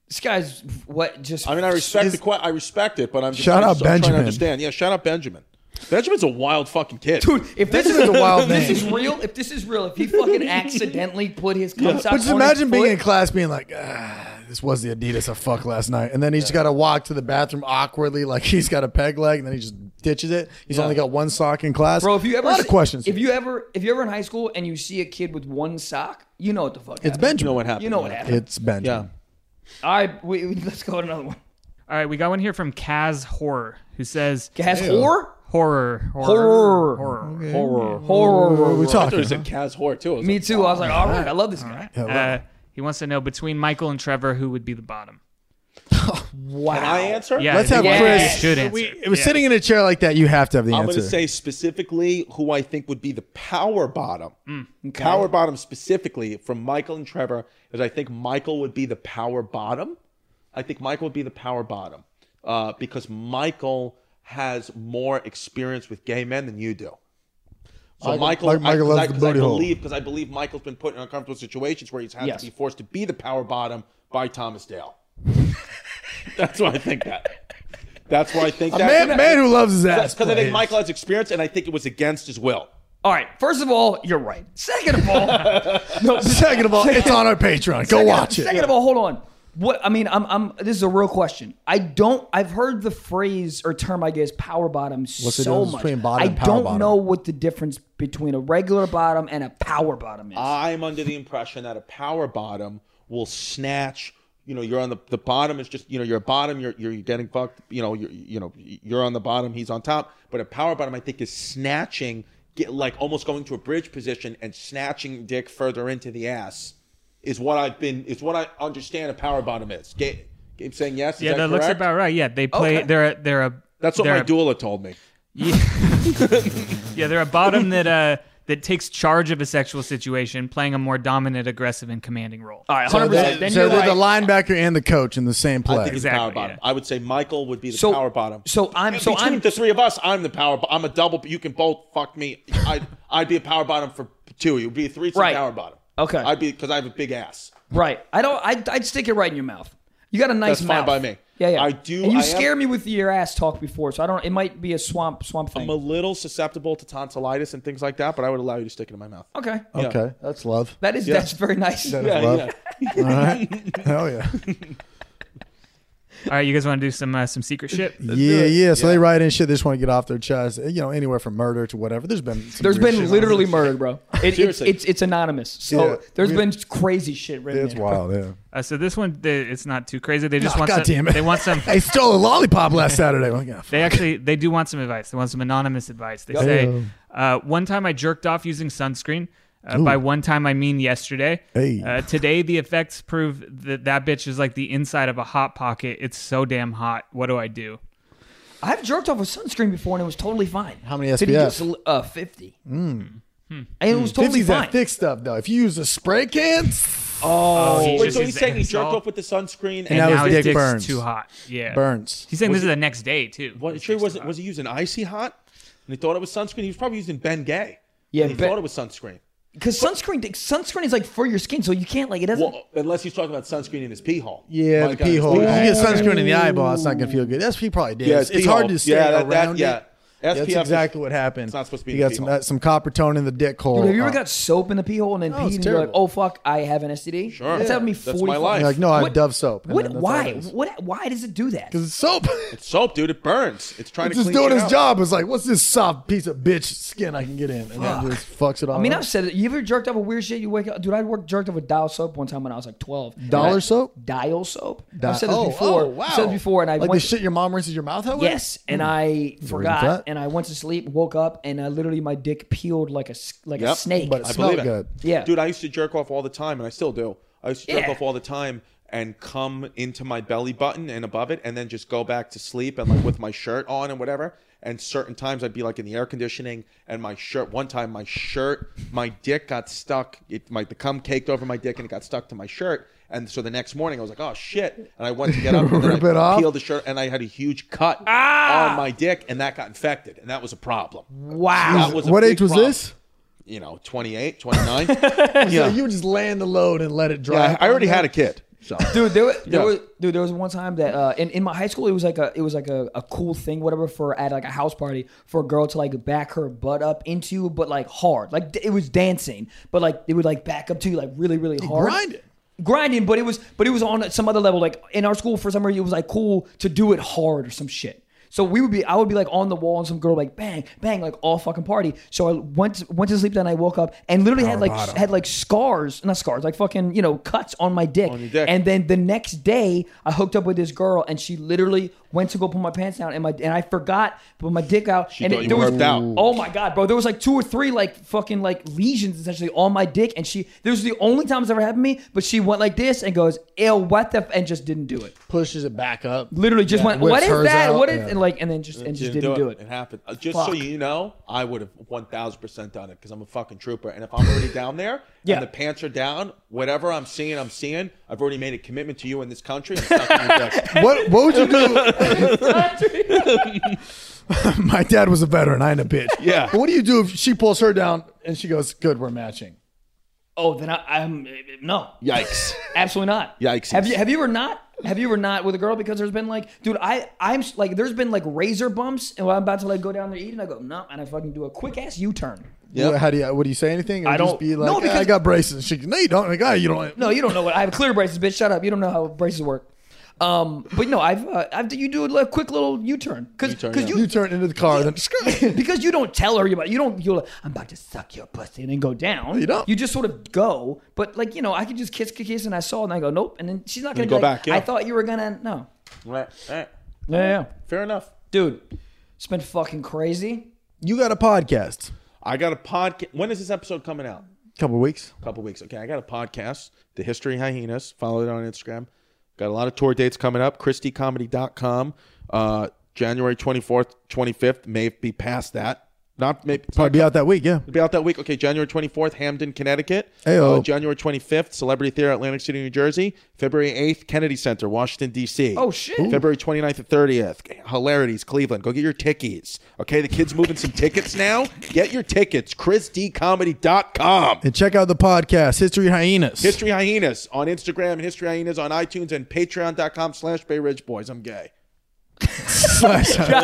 This guy's what just I mean, I respect the que- I respect it, but I'm just, Shout I'm out so trying to Benjamin. understand. Yeah, shout out Benjamin. Benjamin's a wild fucking kid. Dude, <laughs> if this Benjamin's is a wild this man. is real, if this is real, if he <laughs> fucking accidentally put his cum sock But just on imagine his being in foot, class being like, ah, this was the Adidas I fucked last night. And then he's got to walk to the bathroom awkwardly, like <laughs> he's got a peg leg, and then he just ditches it. He's only got one sock in class. bro. If you ever a lot of see- questions. if you ever if you're ever in high school and you see a kid with one sock, you know what the fuck. it's happened. Benjamin. You know what happened? You know what yeah. happened. It's Benjamin. Yeah. All right, we, we- let's go to another one. All right, we got one here from Kaz Horror, who says, Gas whore, horror, Horror. horror, horror. Horror. horror. We're I thought talking. it was a Kaz whore too. I was Me like, too. I was like, all right, I love this guy. huh? Yeah, Uh, he wants to know between Michael and Trevor, who would be the bottom? Wow. Can I answer? Yeah, Let's I think have you Chris- Should answer. we- it was sitting in a chair like that. You have to have the I'm answer. going to say specifically who I think would be the power bottom. Power bottom specifically from Michael and Trevor is I think Michael would be the power bottom. I think Michael would be the power bottom uh, because Michael has more experience with gay men than you do. So Michael- Michael, Michael- Michael I, loves the because I booty hole. believe because I believe Michael's been put in uncomfortable situations where he's had Yes. to be forced to be the power bottom by Thomas Dale. That's why I think that. That's why I think that. man, man who loves his ass. Because I plays. think Michael has experience, and I think it was against his will. All right. First of all, you're right. Second of all, no, <laughs> Second of all, it's on our Patreon. Go watch it. Second of all, hold on. What I mean, I'm, I'm. This is a real question. I don't. I've heard the phrase or term, I guess, power bottom the so difference much. between bottom I and power don't bottom? know what the difference between a regular bottom and a power bottom is. I'm under the impression that a power bottom will snatch. You know, you're on the the bottom is just you know you're a bottom. You're you're getting fucked. You know, you're you know you're on the bottom. He's on top. But a power bottom, I think, is snatching, get like almost going to a bridge position and snatching dick further into the ass. Is what I've been. Is what I understand a power bottom is. Gay, Keep saying yes. Is yeah, that, looks correct? about right. Yeah, they play. Okay. They're a, they're a. That's what they're my a- doula told me. Yeah. yeah, they're a bottom that uh that takes charge of a sexual situation, playing a more dominant, aggressive, and commanding role. All right, So, 100%. that, then so you're they're right. the linebacker and the coach in the same play. I think it's Exactly, power bottom. yeah. I would say Michael would be the So- power bottom. so I'm- And so between I'm- the three of us, I'm the power. bo- I'm a double. You can both fuck me. I'd I'd be a power bottom for two. You'd be a three Right. power bottom. Okay. I'd be because I have a big ass. Right. I don't. I'd, I'd stick it right in your mouth. You got a nice That's fine mouth. by me. Yeah, yeah. I do- And you I am- scare me with your ass talk before, so I don't. It might be a swamp swamp thing. I'm a little susceptible to tonsillitis and things like that, but I would allow you to stick it in my mouth. okay. okay, that's love. That is that's very nice. That's love. All right. Hell yeah. All right, you guys want to do some uh, some <laughs> secret shit? yeah, yeah. So they write in shit. They just want to get off their chest. You know, anywhere from murder to whatever. There's been some There's weird shit been on literally murder, <laughs> bro. It, it's, Seriously. it's it's anonymous. So Yeah. there's We- been crazy shit there. written. It's in. wild. Yeah. Uh, so this one, they, it's not too crazy. They just Oh, want God some. damn it. They <laughs> want some. I stole a lollipop last Saturday. I'm like, "Ah, fuck." They actually they do want some advice. They want some anonymous advice. They Yeah. say, uh, one time I jerked off using sunscreen. Uh, by one time I mean yesterday. Hey. Uh, today the effects prove that that bitch is like the inside of a hot pocket. It's so damn hot. What do I do? I've jerked off with sunscreen before and it was totally fine. How many Did he SPF? just, uh, fifty. Hmm. And it was totally 50's fine. that Hmm. thick stuff though. If you use a spray can, Oh, he Wait, just so he's used saying he jerked insult. off with the sunscreen and, now his now his dick dick's burns. too hot. Yeah, burns. He's saying this is the next day too. what? It sure wasn't. Was he using icy hot? And he thought it was sunscreen. He was probably using Ben Gay. Yeah, and he Ben- thought it was sunscreen. Because sunscreen sunscreen is like for your skin, so you can't like it doesn't. Well, unless he's talking about sunscreen in his pee hole. uh, Yeah, My the God, pee his hole. If you get hole. sunscreen in the eyeball, it's not gonna feel good. That's what he probably did. Yeah, it's his pee hard hole. to stay Yeah, that- that- around yeah. it. SPF That's is- exactly what happened. it's not supposed to be in the You got pee some hole. uh, some copper tone in the dick hole. Dude, have you ever Uh, got <laughs> soap in the pee hole and then peed it's and you're like, terrible. oh fuck, I have an STD? Sure. That's happened to me That's my 40 fucking- life. You're like, no, I have What- Dove soap. And What? then that's all it Why? is. What? Why does it do that? It's soap. Soap, dude. It burns. It's <laughs> trying It's to just clean doing shit his out. job. It's like, what's this soft piece of bitch skin I can get in? And then just fucks it all. I mean, up. I've said it. You ever jerked off a weird shit? You wake up, dude. I worked jerked off a dial soap one time when I was like twelve. And Dollar I- soap? Dial soap. Di- I've said this oh, before. Oh, wow. I've said this before, and I like went. the shit your mom rinses your mouth out with. yes, and I reason for that. forgot, and I went to sleep, woke up, and I literally my dick peeled like a s- like a Yep. snake. but it I smelled believe it. good. yeah, Dude, I used to jerk off all the time, and I still do. I used to jerk Yeah. off all the time and come into my belly button and above it, and then just go back to sleep and like with my shirt on and whatever. And certain times I'd be like in the air conditioning, and my shirt. One time, my shirt, my dick got stuck. It my the cum caked over my dick, and it got stuck to my shirt. And so the next morning, I was like, "Oh shit!" And I went to get <laughs> up, and then Rip I it off? peeled the shirt, and I had a huge cut Ah! on my dick, and that got infected, and that was a problem. wow. That was a what big age was problem. this? You know, 28, 29. Yeah. you were just laying the load and let it dry. Yeah, I already had a kid. So dude there, wa- there Yeah. was dude there was one time that uh, in, in my high school it was like a it was like a, a cool thing whatever for at like a house party for a girl to like back her butt up into you but like hard like it was dancing but like it would like back up to you like really really hard grind it. grinding but it was but it was on some other level like in our school for some reason it was like cool to do it hard or some shit so we would be I would be like on the wall and some girl like bang bang like all fucking party so I went to, went to sleep that night woke up and literally had like bottom. had like scars not scars like fucking you know cuts on my dick your dick. and then the next day I hooked up with this girl and she literally went to go pull my pants down and my and I forgot to put my dick out and thought you there was worked out. oh my god bro there was like two or three like fucking like lesions essentially on my dick and she this was the only time it's ever happened to me but she went like this and goes ew what the f-, and just didn't do it Pushes it back up. literally just went whips what is hers that out, what is yeah. and like and then just and just didn't, do it, It happened. Uh, Just so Fuck. you know, I would have one thousand percent done it because I'm a fucking trooper. And if I'm already down there Yeah. and the pants are down, whatever I'm seeing, I'm seeing. I've already made a commitment to you in this country. I'm sucking your dick. <laughs> What? What would you do? My dad was a veteran. I ain't a bitch. Yeah. But what do you do if she pulls her down and she goes, "Good, we're matching." oh then I, I'm no Yikes! Absolutely not. Yikes. Have you have you ever not? Have you ever not with a girl because there's been like, dude, I I'm s- like, there's been like razor bumps, and when I'm about to like go down there eat, and I go no, and I fucking do a quick ass U turn. Yep. What- How do you? What do you say? Anything? Or I just don't- Be like, No, no, because- I got braces. She, goes, no, you don't. Like, ah, you don't. No, you don't know what I have clear braces, bitch. Shut up. You don't know how braces work. Um, but no, I've uh, I've you do a quick little U turn because U-turn, because yeah. <laughs> You turn into the car. Then you because you don't tell her about you don't you're like I'm about to suck your pussy and then go down. You don't. You just sort of go, but like you know, I could just kiss kiss, kiss and I saw it and I go nope, and then she's not gonna go be like, back, yeah. I thought you were gonna no. Right, right. Yeah, yeah. Fair enough. dude it's been fucking <laughs> crazy you got a podcast. I got a podcast. When is this episode coming out? Couple weeks. couple weeks. Okay, I got a podcast, The History Hyenas. Follow it on Instagram. Got a lot of tour dates coming up. ChristieComedy.com. Uh, January 24th, 25th. May be past that. Not maybe Probably be out that week, yeah. It'll be out that week. Okay, January 24th, Hamden, Connecticut. Ayo. Uh, January 25th, Celebrity Theater, Atlantic City, New Jersey. February 8th, Kennedy Center, Washington, D.C. Oh, shit. February 29th and 30th, Hilarities, Cleveland. Go get your tickies. Okay, the kid's moving some tickets now. Get your tickets, ChrisDComedy.com. And check out the podcast, History Hyenas. <laughs> History Hyenas on Instagram, and History Hyenas on iTunes, and Patreon.com slash Bay Ridge Boys. I'm gay. uh,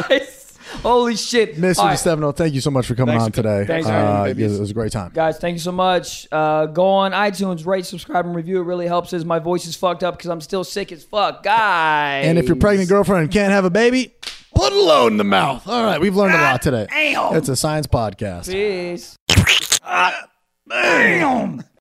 Guys, holy shit. Mr. All right, Stefano, thank you so much for coming Thanks on for- today. Thanks for uh, having me, yeah, babies. it was a great time. Guys, thank you so much. Uh, go on iTunes, rate, subscribe, and review. It really helps us. My voice is fucked up because I'm still sick as fuck. Guys. And if your pregnant girlfriend can't have a baby, put a load in the mouth. All right, we've learned a lot today. It's a science podcast. Peace.